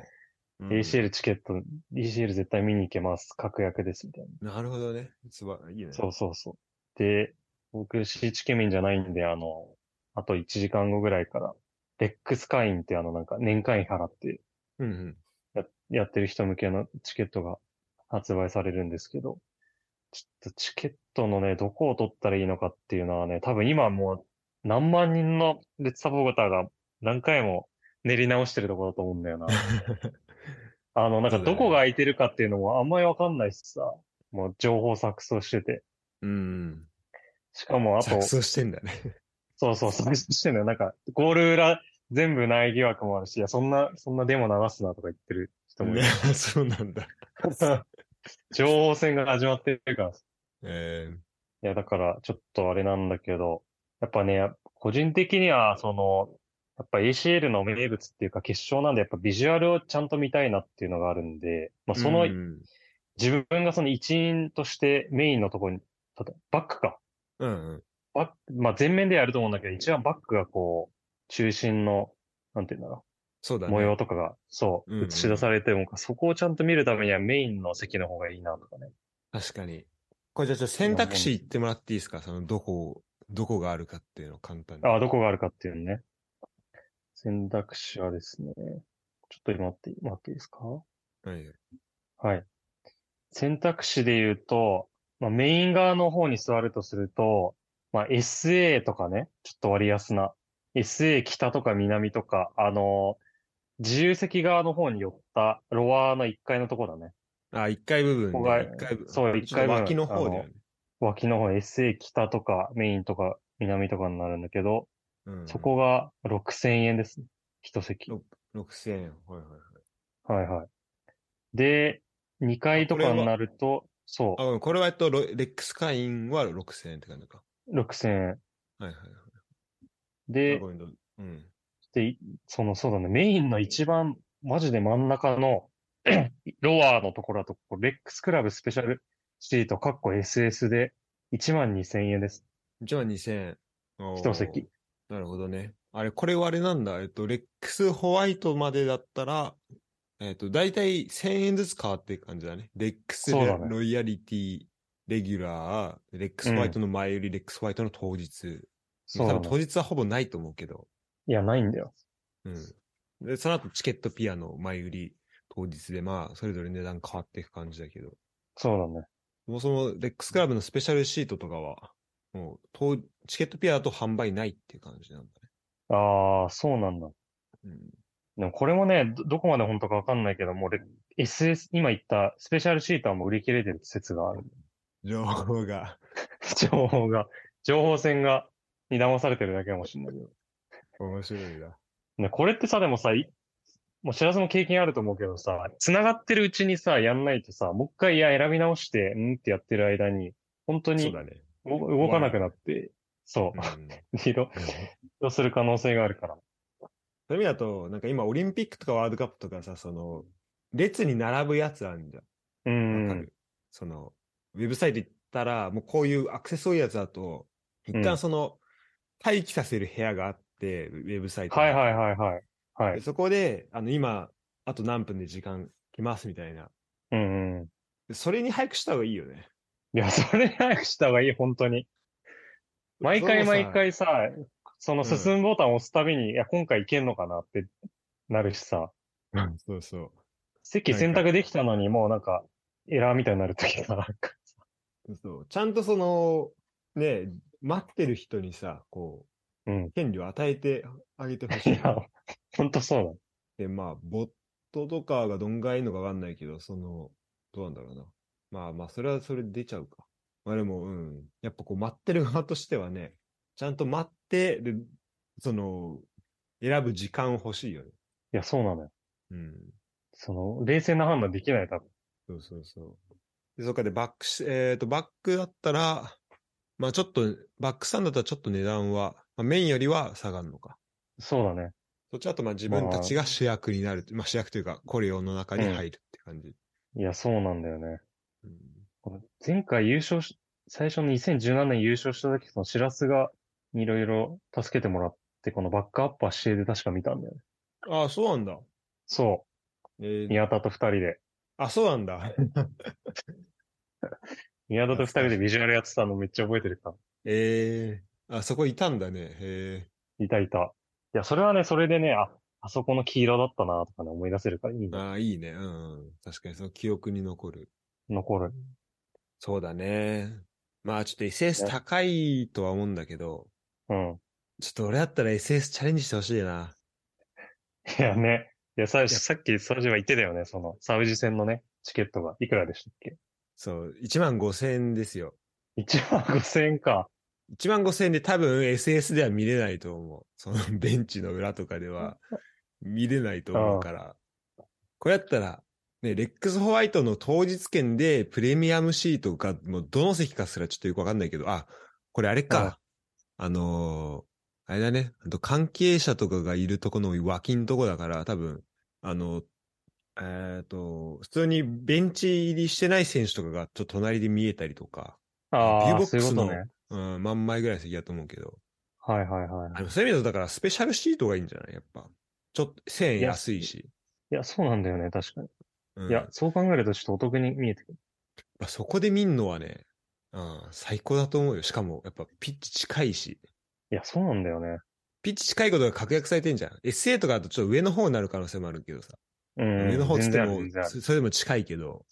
[SPEAKER 2] ACL チケット、ACL 絶対見に行けます。確約です、みたいな。
[SPEAKER 1] なるほどね。すばいいね。
[SPEAKER 2] そうそうそう。で、僕 C チケ民じゃないんで、あの、あと1時間後ぐらいから、レックス会員ってあのなんか年会費払って
[SPEAKER 1] うんうん。 [LAUGHS]
[SPEAKER 2] ややってる人向けのチケットが発売されるんですけど、ちょっとチケットのね、どこを取ったらいいのかっていうのはね、多分今もう何万人のレッツサポーターが何回も練り直してるところだと思うんだ
[SPEAKER 1] [LAUGHS]
[SPEAKER 2] よな。あの、なんかどこが空いてるかっていうのもあんまりわかんないしさ、もう情報錯綜してて。
[SPEAKER 1] うん。
[SPEAKER 2] しかもあと
[SPEAKER 1] 錯、綜してんだね。
[SPEAKER 2] そうそう、錯綜してんだよ。なんか、ゴール裏全部ない疑惑もあるし、いや、そんな、そんなデモ流すなとか言ってる人もいる。
[SPEAKER 1] [LAUGHS] そうなんだ。
[SPEAKER 2] [LAUGHS] 情報戦が始まってるから。い
[SPEAKER 1] え
[SPEAKER 2] や、だから、ちょっとあれなんだけど、やっぱね、個人的には、その、やっぱ ACL の名物っていうか決勝なんで、やっぱビジュアルをちゃんと見たいなっていうのがあるんで、まあ、
[SPEAKER 1] ー、
[SPEAKER 2] その、
[SPEAKER 1] うん。
[SPEAKER 2] 自分がその一員としてメインのところに、ただバックか。
[SPEAKER 1] うんうん。
[SPEAKER 2] バック、まあ、前面でやると思うんだけど、一番バックがこう、中心の、なんていうんだろ
[SPEAKER 1] そう
[SPEAKER 2] う、
[SPEAKER 1] だね。
[SPEAKER 2] 模様とかが、そ
[SPEAKER 1] うんう
[SPEAKER 2] う、
[SPEAKER 1] ん
[SPEAKER 2] 映し出されてるもんか、そこをちゃんと見るためにはメインの席の方がいいなとかね。
[SPEAKER 1] 確かに。これじゃあちょっと選択肢言ってもらっていいですかそのどこを、どこがあるかっていうのを簡単に。
[SPEAKER 2] ああ、どこがあるかっていうのね。選択肢はですね、ちょっと今って、待っていいですか
[SPEAKER 1] はい
[SPEAKER 2] はい。選択肢で言うと、まあ、メイン側の方に座るとすると、まあ、SA とかね、ちょっと割安な。SA 北とか南とか、あのー自由席側の方に寄ったロワーの1階のとこだね。
[SPEAKER 1] あ、一階部分ね。
[SPEAKER 2] ここが
[SPEAKER 1] 一階部分。
[SPEAKER 2] そう一階部分
[SPEAKER 1] ちょっと脇の方だよね。
[SPEAKER 2] 脇の方 SA 北とかメインとか南とかになるんだけど、
[SPEAKER 1] うん
[SPEAKER 2] そこが6000円ですね。一席。
[SPEAKER 1] ろ6000円。はいはいはい。
[SPEAKER 2] はいはい。で、2階とかになると、そ
[SPEAKER 1] あ、ごめんこれはえっと、ロレックス会員は6000円って感じか。
[SPEAKER 2] う、6000円。
[SPEAKER 1] はいはいは
[SPEAKER 2] で
[SPEAKER 1] い。あ、ごめんどうぞうん。
[SPEAKER 2] で、その、そうだね、メインの一番マジで真ん中の [CLEARS THROAT] ロアのところだと、こうレックスクラブスペシャルシート、かっこ SS で1万2000円です。
[SPEAKER 1] 1万2000円。おー
[SPEAKER 2] 一席。
[SPEAKER 1] なるほどね。あれ、これはあれなんだ。えっと、レックスホワイトまでだったら、えっと、だいたい1000円ずつ変わっていく感じだね。レックス
[SPEAKER 2] そう
[SPEAKER 1] レ
[SPEAKER 2] だね
[SPEAKER 1] ロイヤリティ、レギュラー、レックスホワイトの前売り、レックスホワイトの当日。
[SPEAKER 2] そう
[SPEAKER 1] 多
[SPEAKER 2] な
[SPEAKER 1] 分当
[SPEAKER 2] の。
[SPEAKER 1] 日はほぼないと思うけど。
[SPEAKER 2] いや、ないんだよ。
[SPEAKER 1] うん。で、その後チケットピアノ、前売り、当日で、まあ、それぞれ値段変わっていく感じだけど。
[SPEAKER 2] そうだね。
[SPEAKER 1] そもそも、レックスクラブのスペシャルシートとかは、もう、当チケットピアだと販売ないっていう感じなんだ
[SPEAKER 2] ああ、そうなんだ。
[SPEAKER 1] ね。うん。
[SPEAKER 2] でもこれもね、ど、どこまで本当かわかんないけど、もうレ SS、今言ったスペシャルシートはもう売り切れてる説がある。
[SPEAKER 1] 情報が。
[SPEAKER 2] [LAUGHS] 情報が、情報戦が、に騙されてるだけかもしれないけど。
[SPEAKER 1] [LAUGHS] 面白いな。
[SPEAKER 2] ね、これってさ、でもさ、いもう知らずも経験あると思うけどさ、繋がってるうちにさ、やんないとさ、もう一回、いや、選び直して、うんってやってる間に、本当
[SPEAKER 1] そう
[SPEAKER 2] に
[SPEAKER 1] だね。
[SPEAKER 2] 動動かなくなって、そうう、
[SPEAKER 1] ん、
[SPEAKER 2] 移動、移動する可能性があるから。
[SPEAKER 1] そういう意味だと、なんか今オリンピックとかワールドカップとかさ、その、列に並ぶやつあるじ
[SPEAKER 2] う
[SPEAKER 1] ゃん。わか
[SPEAKER 2] ん。
[SPEAKER 1] る。その、ウェブサイト行ったら、もうこういうアクセス多いやつだと、一
[SPEAKER 2] う
[SPEAKER 1] 旦
[SPEAKER 2] ん
[SPEAKER 1] その、待機させる部屋があって、ウェブサイトに。
[SPEAKER 2] はいはいはいはい。は
[SPEAKER 1] で
[SPEAKER 2] い。
[SPEAKER 1] そこで、あの、今、あと何分で時間来ますみたいな。
[SPEAKER 2] うんうん。
[SPEAKER 1] でそれに早くした方がいいよね。
[SPEAKER 2] いや、それ早くした方がいい、本当に。毎回
[SPEAKER 1] それもさ
[SPEAKER 2] 毎。回さ、その進むボタンを押すたびに、いや、今回いけんのかなってなるしさ、
[SPEAKER 1] うん [LAUGHS] そうそう。
[SPEAKER 2] 席
[SPEAKER 1] なんか
[SPEAKER 2] 選択できたのに、もうなんか、エラーみたいになるときが、なんか
[SPEAKER 1] そうちゃんとその、ね、待ってる人にさ、こう、
[SPEAKER 2] うん
[SPEAKER 1] 権利を与えてあげてほ [LAUGHS]
[SPEAKER 2] い [LAUGHS]
[SPEAKER 1] しい。
[SPEAKER 2] や、ほんとそうだ。
[SPEAKER 1] で、まあ、ボットとかがどんぐらいいるのかわかんないけど、その、どうなんだろうな。まあまあ、それはそれで出ちゃうか。まあでも、うん。やっぱこう、待ってる側としてはね、ちゃんと待って、で、その、選ぶ時間欲しいよね。
[SPEAKER 2] いや、そうなのよ。
[SPEAKER 1] うん。
[SPEAKER 2] その、冷静な判断できない、多分。
[SPEAKER 1] そうそうそう。で、そっかで、バックし、えっ、と、バックだったら、まあちょっと、バックさんだったらちょっと値段は、まあ、メインよりは下がるのか。
[SPEAKER 2] そうだね。
[SPEAKER 1] そっちだとまあ自分たちが主役になる。まあ主役というか、コレオの中に入るって感じ。
[SPEAKER 2] いや、そうなんだよね。
[SPEAKER 1] うん
[SPEAKER 2] この前回優勝し、最初の2017年優勝したとき、その、シラスが、いろいろ助けてもらって、このバックアップは指定で確か見たんだよね。
[SPEAKER 1] ああ、そうなんだ。
[SPEAKER 2] そ
[SPEAKER 1] え
[SPEAKER 2] う。
[SPEAKER 1] ー、
[SPEAKER 2] 宮田と二人で。
[SPEAKER 1] あ、そうなんだ。 [LAUGHS]
[SPEAKER 2] 宮田と二人でビジュアルやってたのめっちゃ覚えてるから。
[SPEAKER 1] ええあ、そこいたんだね。え
[SPEAKER 2] いたいた。いや、それはね、それでね、あ、あそこの黄色だったなとかね、思い出せるからいい
[SPEAKER 1] え
[SPEAKER 2] ね。
[SPEAKER 1] ああ、いいね。うん、うん。確かにその記憶に残る。
[SPEAKER 2] 残る。
[SPEAKER 1] そうだね。まあちょっと SS 高いとは思うんだけど、
[SPEAKER 2] うん。
[SPEAKER 1] ちょっと俺だったら SS チャレンジしてほしいな。
[SPEAKER 2] [LAUGHS] いやね。いや、さ、
[SPEAKER 1] や
[SPEAKER 2] さっき、サウジは言ってたよね。その、サウジ戦のね、チケットが、いくらでしたっけ
[SPEAKER 1] そう、1万5千円ですよ。
[SPEAKER 2] ?1 万5000円か。
[SPEAKER 1] 1万5千円で多分 SS では見れないと思う。その [LAUGHS] ベンチの裏とかでは見れないと思うから。これやったら、ね、レックスホワイトの当日券でプレミアムシートが、もうどの席かすらちょっとよくわかんないけど、あ、これあれか。あのーあれだね。あと関係者とかがいるとこの脇んとこだから、多分、あの、えっ、と、普通にベンチ入りしてない選手とかがちょっと隣で見えたりとか、ビュ
[SPEAKER 2] あ
[SPEAKER 1] ーボ
[SPEAKER 2] あ、
[SPEAKER 1] ック
[SPEAKER 2] そういう
[SPEAKER 1] ス
[SPEAKER 2] こ
[SPEAKER 1] の
[SPEAKER 2] とね。
[SPEAKER 1] うん、万枚ぐらいの席だと思うけど。
[SPEAKER 2] はいはいはい。
[SPEAKER 1] あのそういう意味だと、だからスペシャルシートがいいんじゃないやっぱ。ちょっと1000円安いし。
[SPEAKER 2] いや、そうなんだよね、確かに。
[SPEAKER 1] うん、
[SPEAKER 2] いや、そう考えるとちょっとお得に見えてくる。
[SPEAKER 1] まあそこで見んのはね、うん、最高だと思うよ。しかも、やっぱピッチ近いし。
[SPEAKER 2] いや、そうなんだよね。
[SPEAKER 1] ピッチ近いことが確約されてんじゃん。SA とかだとちょっと上の方になる可能性もあるけどさ。
[SPEAKER 2] うん。
[SPEAKER 1] 上の方っつって
[SPEAKER 2] 全然ある
[SPEAKER 1] も
[SPEAKER 2] 全然ある
[SPEAKER 1] そ、それでも近いけど、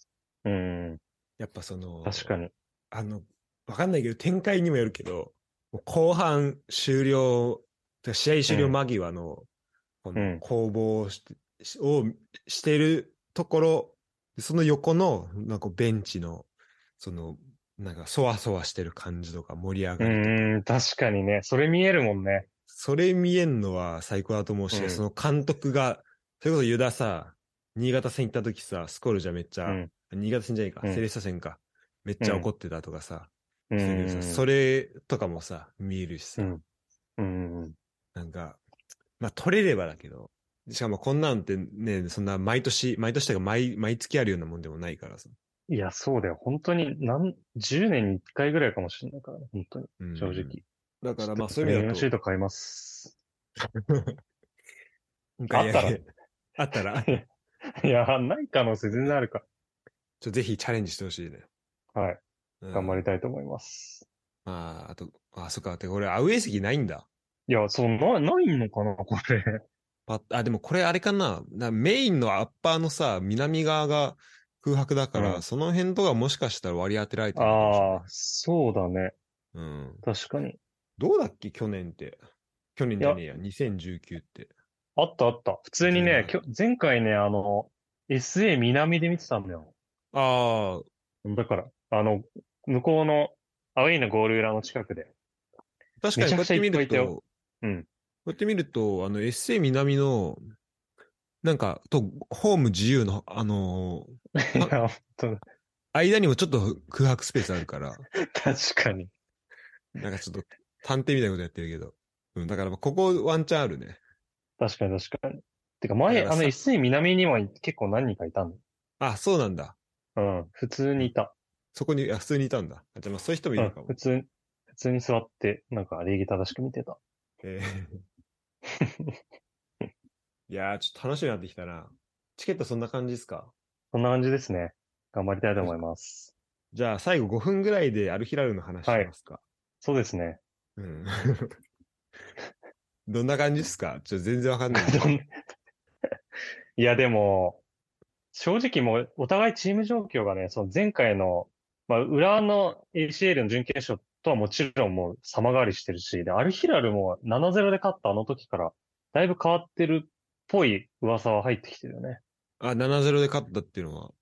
[SPEAKER 2] うん。
[SPEAKER 1] やっぱその、
[SPEAKER 2] 確かに。
[SPEAKER 1] あの、わかんないけど、展開にもよるけど、もう後半終了、てか試合終了間際の、こ
[SPEAKER 2] う
[SPEAKER 1] の
[SPEAKER 2] ん
[SPEAKER 1] 攻防をして,し、をしてるところ、その横の、なんかベンチの、その、なんか、そわそわしてる感じとか盛り上
[SPEAKER 2] う
[SPEAKER 1] がるとか、
[SPEAKER 2] ん、確かにね。それ見えるもんね。
[SPEAKER 1] それ見えんのは最高だと思うし、
[SPEAKER 2] うん
[SPEAKER 1] その監督が、それこそユダさ、新潟戦行った時さ、スコールじゃめっち
[SPEAKER 2] う
[SPEAKER 1] ゃ、
[SPEAKER 2] ん。
[SPEAKER 1] 新潟戦じゃないか、
[SPEAKER 2] うん
[SPEAKER 1] セレッソ戦か、めっちゃ怒ってたとかさ、
[SPEAKER 2] う。
[SPEAKER 1] そういうんさそれとかもさ、見えるしさ、
[SPEAKER 2] うん。うん。
[SPEAKER 1] なんか、まあ取れればだけど、しかもこんなんってね、そんな毎年、毎年というか毎、毎月あるようなもんでもないからさ。
[SPEAKER 2] いや、そうだよ。本当に、なん、10年に1回ぐらいかもしれないからね。本当に、
[SPEAKER 1] うん
[SPEAKER 2] 正直。
[SPEAKER 1] だからまあ
[SPEAKER 2] ち
[SPEAKER 1] そ
[SPEAKER 2] ょっ
[SPEAKER 1] う
[SPEAKER 2] と
[SPEAKER 1] いう意味だ
[SPEAKER 2] LM
[SPEAKER 1] と。
[SPEAKER 2] シート買います。
[SPEAKER 1] なんか
[SPEAKER 2] あったら
[SPEAKER 1] いやいや [LAUGHS] あったら、ちょっ
[SPEAKER 2] いや、ない可能性全然あるか
[SPEAKER 1] とぜひチャレンジしてほしいね。
[SPEAKER 2] ら。はい。
[SPEAKER 1] うん
[SPEAKER 2] 頑張りたいと思います。
[SPEAKER 1] まあ、あと、あ、そっか。てか俺、アウェイ席ないんだ。
[SPEAKER 2] いや、そう、な、ないのかな、これ。
[SPEAKER 1] [LAUGHS] パッあ、でもこれあれかな。なメインのアッパーのさ、南側が空白だから、
[SPEAKER 2] うん
[SPEAKER 1] その辺とかもしかしたら割り当てられてるのかもしれない
[SPEAKER 2] ああ、そうだね。
[SPEAKER 1] うん。
[SPEAKER 2] 確かに。
[SPEAKER 1] どうだっけ去年って。去年じゃねえや。2019って。
[SPEAKER 2] あったあった。普通にね、
[SPEAKER 1] 全
[SPEAKER 2] きょ前回ね、あの、SA 南で見てたんだよ。
[SPEAKER 1] ああ、
[SPEAKER 2] だから、あの、向こうの、アウェイのゴール裏の近くで。
[SPEAKER 1] 確かにこうやって見る
[SPEAKER 2] めちゃくちゃいっぱいいたよ
[SPEAKER 1] と、
[SPEAKER 2] うん
[SPEAKER 1] こうやって見ると、あの、SA 南の、なんか、と、ホーム自由の、あのー
[SPEAKER 2] いや、 [LAUGHS] 本当だ
[SPEAKER 1] 間にもちょっと空白スペースある
[SPEAKER 2] [LAUGHS]
[SPEAKER 1] から、
[SPEAKER 2] 確かに。
[SPEAKER 1] なんかちょっと探偵みたいなことやってるけど。うん、だからまあここワンチャンあるね。
[SPEAKER 2] 確かに確かに。てか
[SPEAKER 1] だ
[SPEAKER 2] 前、
[SPEAKER 1] か
[SPEAKER 2] あ
[SPEAKER 1] ら
[SPEAKER 2] の
[SPEAKER 1] さ
[SPEAKER 2] SE 南には結構何人かいたん
[SPEAKER 1] あ、そうなんだ。
[SPEAKER 2] だ。うん。普通にいた。
[SPEAKER 1] そこに、あ、普通にいたんだ。あじゃあまあそういう人もいるか
[SPEAKER 2] う
[SPEAKER 1] も
[SPEAKER 2] ん普。通、普通に座って、なんか礼儀正しく見てた。
[SPEAKER 1] えーいやー、ちょっと楽しみになってきたな。チケットそんな感じですか
[SPEAKER 2] そんな感じですね。頑張りたいと思います。
[SPEAKER 1] じゃあ最後5分ぐらいでアルヒラルの話しますか。
[SPEAKER 2] そうですね。
[SPEAKER 1] うん。 [LAUGHS] どんな感じですかちょっと全然わ
[SPEAKER 2] [LAUGHS]
[SPEAKER 1] かんない。
[SPEAKER 2] どんいや、でも、正直もう、お互いチーム状況がね、その前回の、まあ、裏の ACL の準決勝とはもちろんもう様変わりしてるし、で、アルヒラルも7-0で勝ったあの時から、だいぶ変わってるっぽい噂は入ってきてるよね。
[SPEAKER 1] あ、7-0で勝ったっていうのは。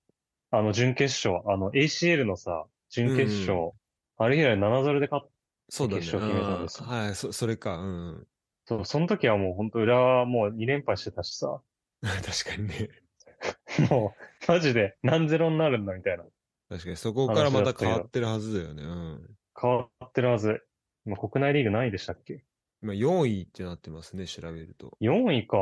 [SPEAKER 2] あの、準決勝、あの、ACL のさ、準決
[SPEAKER 1] う
[SPEAKER 2] 勝、あれ以来7-0で勝っ
[SPEAKER 1] そうだね。
[SPEAKER 2] 決勝決めたんですよ
[SPEAKER 1] あーはい、そ、それか。うんうん。 [LAUGHS]
[SPEAKER 2] た。その時はもう本当裏はもう2連敗してたしさ、
[SPEAKER 1] 確かにね。
[SPEAKER 2] [LAUGHS] もう、マジで何ゼロになるんだみたいな。
[SPEAKER 1] 確かに、そこからまた変わってるはずだよね。うん。
[SPEAKER 2] 変わってるはず。今国内リーグ何位でしたっけ
[SPEAKER 1] 今、4位ってなってますね、調べると。
[SPEAKER 2] ?4 位か。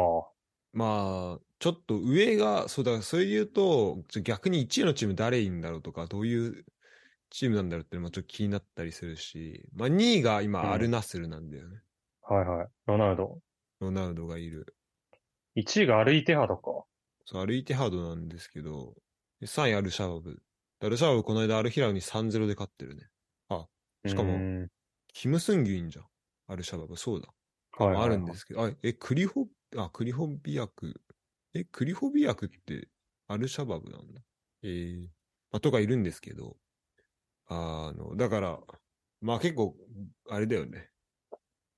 [SPEAKER 1] まあ、ちょっと上が、そうだ、それで言うと、ちょ逆に1位のチーム誰いんだろうとか、どういうチームなんだろうっていうのもちょっと気になったりするし、まあ2位が
[SPEAKER 2] うん
[SPEAKER 1] 今、アルナスルなんだよね。
[SPEAKER 2] はいはい。ロナウド。
[SPEAKER 1] ロナウドがいる。
[SPEAKER 2] 1位がアルイテハドか。
[SPEAKER 1] そう、アルイテハードなんですけど、で3位アルシャバブ。アルシャバブこの間アルヒラルに3-0で勝ってるね。しかも
[SPEAKER 2] うーん
[SPEAKER 1] キムスンギュインじゃん。アルシャバブ、そうだ。
[SPEAKER 2] はいはいはい
[SPEAKER 1] あるんですけど、あ、え、クリホ、あ、クリホビアク、え、クリホビアクってアルシャバブなんだ。えーまあ、とかいるんですけど、あの、だから、まあ結構、あれだよね。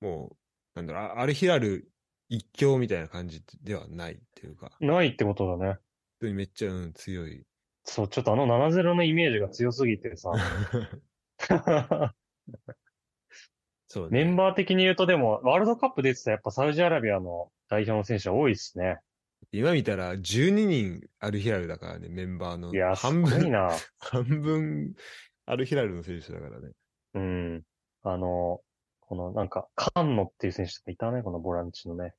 [SPEAKER 1] もう、なんだろう、あアルヒラル一強みたいな感じではないっていうか、本
[SPEAKER 2] ないってことだね。
[SPEAKER 1] 当にめっちゃ、うん、強
[SPEAKER 2] [LAUGHS]
[SPEAKER 1] い。
[SPEAKER 2] そう、ちょっとあの7-0のイメージが強すぎてさ。
[SPEAKER 1] [LAUGHS] そう
[SPEAKER 2] メ
[SPEAKER 1] ね。
[SPEAKER 2] ンバー的に言うと、でも、ワールドカップ出てたやっぱサウジアラビアの代表の選手は多いですね。
[SPEAKER 1] 今見たら12人アルヒラルだからね、メンバーの。
[SPEAKER 2] いや、す
[SPEAKER 1] 半
[SPEAKER 2] ごい
[SPEAKER 1] 分、
[SPEAKER 2] な。
[SPEAKER 1] 半分アルヒラルの選手だからね。
[SPEAKER 2] うん。あの、このなんか、カンノっていう選手とかいたね、このボランチのね。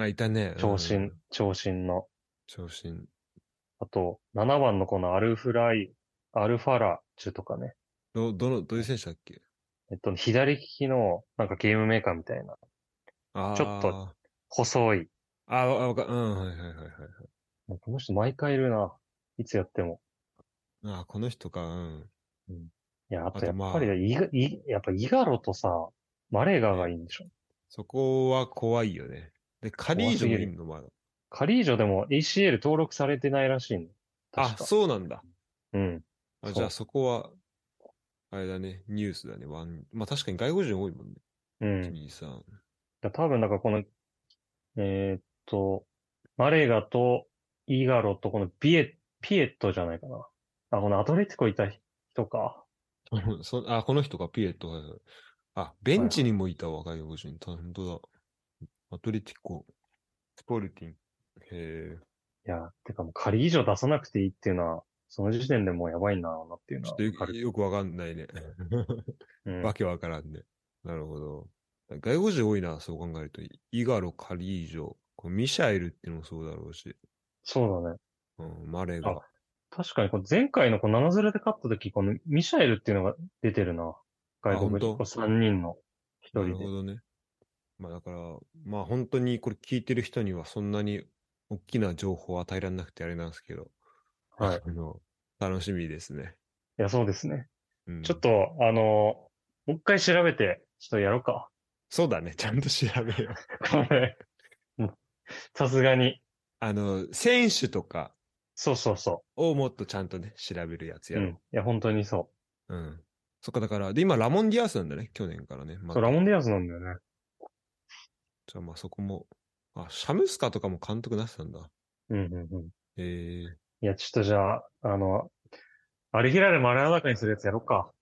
[SPEAKER 1] あ、いたね。
[SPEAKER 2] 長
[SPEAKER 1] う
[SPEAKER 2] 身
[SPEAKER 1] ん、
[SPEAKER 2] 長身の。
[SPEAKER 1] 長身。
[SPEAKER 2] あと、7番のこのアルフライ、アルファラチュとかね。
[SPEAKER 1] ど、どの、どういう選手だっけ
[SPEAKER 2] えっと、左利きの、なんかゲームメーカーみたいな。
[SPEAKER 1] ああ。
[SPEAKER 2] ちょっと。細い。
[SPEAKER 1] ああ、わわか、うん、はいはいはいはい。
[SPEAKER 2] もうこの人毎回いるな。いつやっても。
[SPEAKER 1] ああ、この人か、うん。
[SPEAKER 2] いや、あ
[SPEAKER 1] あ
[SPEAKER 2] と
[SPEAKER 1] と
[SPEAKER 2] や
[SPEAKER 1] まあ
[SPEAKER 2] っぱり、イガイやっぱイガロとさ、マレーガーがいいんでしょ。
[SPEAKER 1] そこは怖いよね。で、カリージョもいんの、まだ。
[SPEAKER 2] カリージョでも ACL 登録されてないらしいの。
[SPEAKER 1] あ、
[SPEAKER 2] 確か。
[SPEAKER 1] そうなんだ。
[SPEAKER 2] うん。
[SPEAKER 1] あ
[SPEAKER 2] そう
[SPEAKER 1] じゃあそこは、あれだね、ニュースだね、ワン。まあ確かに外国人多いもんね。
[SPEAKER 2] うん。
[SPEAKER 1] 君さん。
[SPEAKER 2] だ多分、なんかこの、えーっと、マレーガとイガロとこのビエ、ピエットじゃないかな。あ、このアトレティコいた人か。
[SPEAKER 1] そあ、この人か、ピエット。はいはいあ、ベンチにもいたわ、外国人。た本当だ。アトレティコ、スポルティン。へえ。
[SPEAKER 2] いや、てかもう仮以上出さなくていいっていうのは、その時点でもうやばいんだろうなっていう
[SPEAKER 1] ち
[SPEAKER 2] の
[SPEAKER 1] ょ
[SPEAKER 2] は
[SPEAKER 1] っとよ
[SPEAKER 2] わかる。
[SPEAKER 1] よくわかんないね。
[SPEAKER 2] うん
[SPEAKER 1] わけわからんね。なるほど。外国人多いな、そう考えると。イガロ、カリージョ、こうミシャエルってのもそうだろうし、
[SPEAKER 2] そうだね。
[SPEAKER 1] うん、マレが。
[SPEAKER 2] 確かに、この前回のこの7-0で勝った時、このミシャエルっていうのが出てるな。外国
[SPEAKER 1] あ
[SPEAKER 2] 人。
[SPEAKER 1] 本当
[SPEAKER 2] 3人の一
[SPEAKER 1] な
[SPEAKER 2] 人で
[SPEAKER 1] る。ほどね。まあだから、まあ本当にこれ聞いてる人にはそんなに大きな情報を与えられなくてあれなんですけど、
[SPEAKER 2] はい。
[SPEAKER 1] あの、楽しみですね。
[SPEAKER 2] いや、そうですね。
[SPEAKER 1] うん
[SPEAKER 2] ちょっと、あのーもう一回調べて、ちょっとやろうか。 [LAUGHS]
[SPEAKER 1] そうだね、 [LAUGHS] ちゃんと調べよう。
[SPEAKER 2] これ。うんさすがに。
[SPEAKER 1] あの、選手とか
[SPEAKER 2] そうそうそ
[SPEAKER 1] をもっとちゃんとね、調べるやつ
[SPEAKER 2] う。う
[SPEAKER 1] や
[SPEAKER 2] ん。
[SPEAKER 1] ろ。
[SPEAKER 2] いや、本当にそう
[SPEAKER 1] うん。そっか、だから、で、今、ラモンディアスなんだね、去年からね。
[SPEAKER 2] う。
[SPEAKER 1] ま
[SPEAKER 2] そう、
[SPEAKER 1] た
[SPEAKER 2] ラモンディアスなんだよね。
[SPEAKER 1] じゃあ、まあそこも、あ、シャムスカとかも監督なってたんだ。
[SPEAKER 2] うんうんうん。
[SPEAKER 1] ええ
[SPEAKER 2] いや、ちょっとじゃあ、あの、アリヒラル丸裸にするやつやろうか。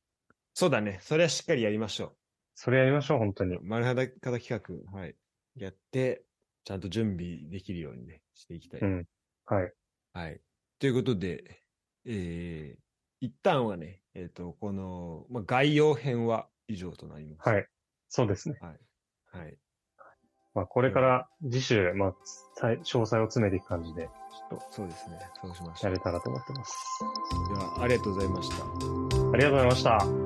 [SPEAKER 1] そうだね、それはしっかりやりましょう。
[SPEAKER 2] それやりましょう、本当に。
[SPEAKER 1] 丸裸企画、はい。やって、ちゃんと準備できるようにね、していきたい。
[SPEAKER 2] うん。はい。
[SPEAKER 1] はい。ということで、えー、一旦はね、えっ、と、この、まあ、概要編は以上となります。。
[SPEAKER 2] はいい。そうですね。
[SPEAKER 1] はい。
[SPEAKER 2] まあ、これから次週、まあ、さい詳細を詰めていく感じで、ちょっ
[SPEAKER 1] そうですね。そうしまし
[SPEAKER 2] と
[SPEAKER 1] ょう。
[SPEAKER 2] やれたらと思ってます。
[SPEAKER 1] では、ありがとうございました。
[SPEAKER 2] ありがとうございました。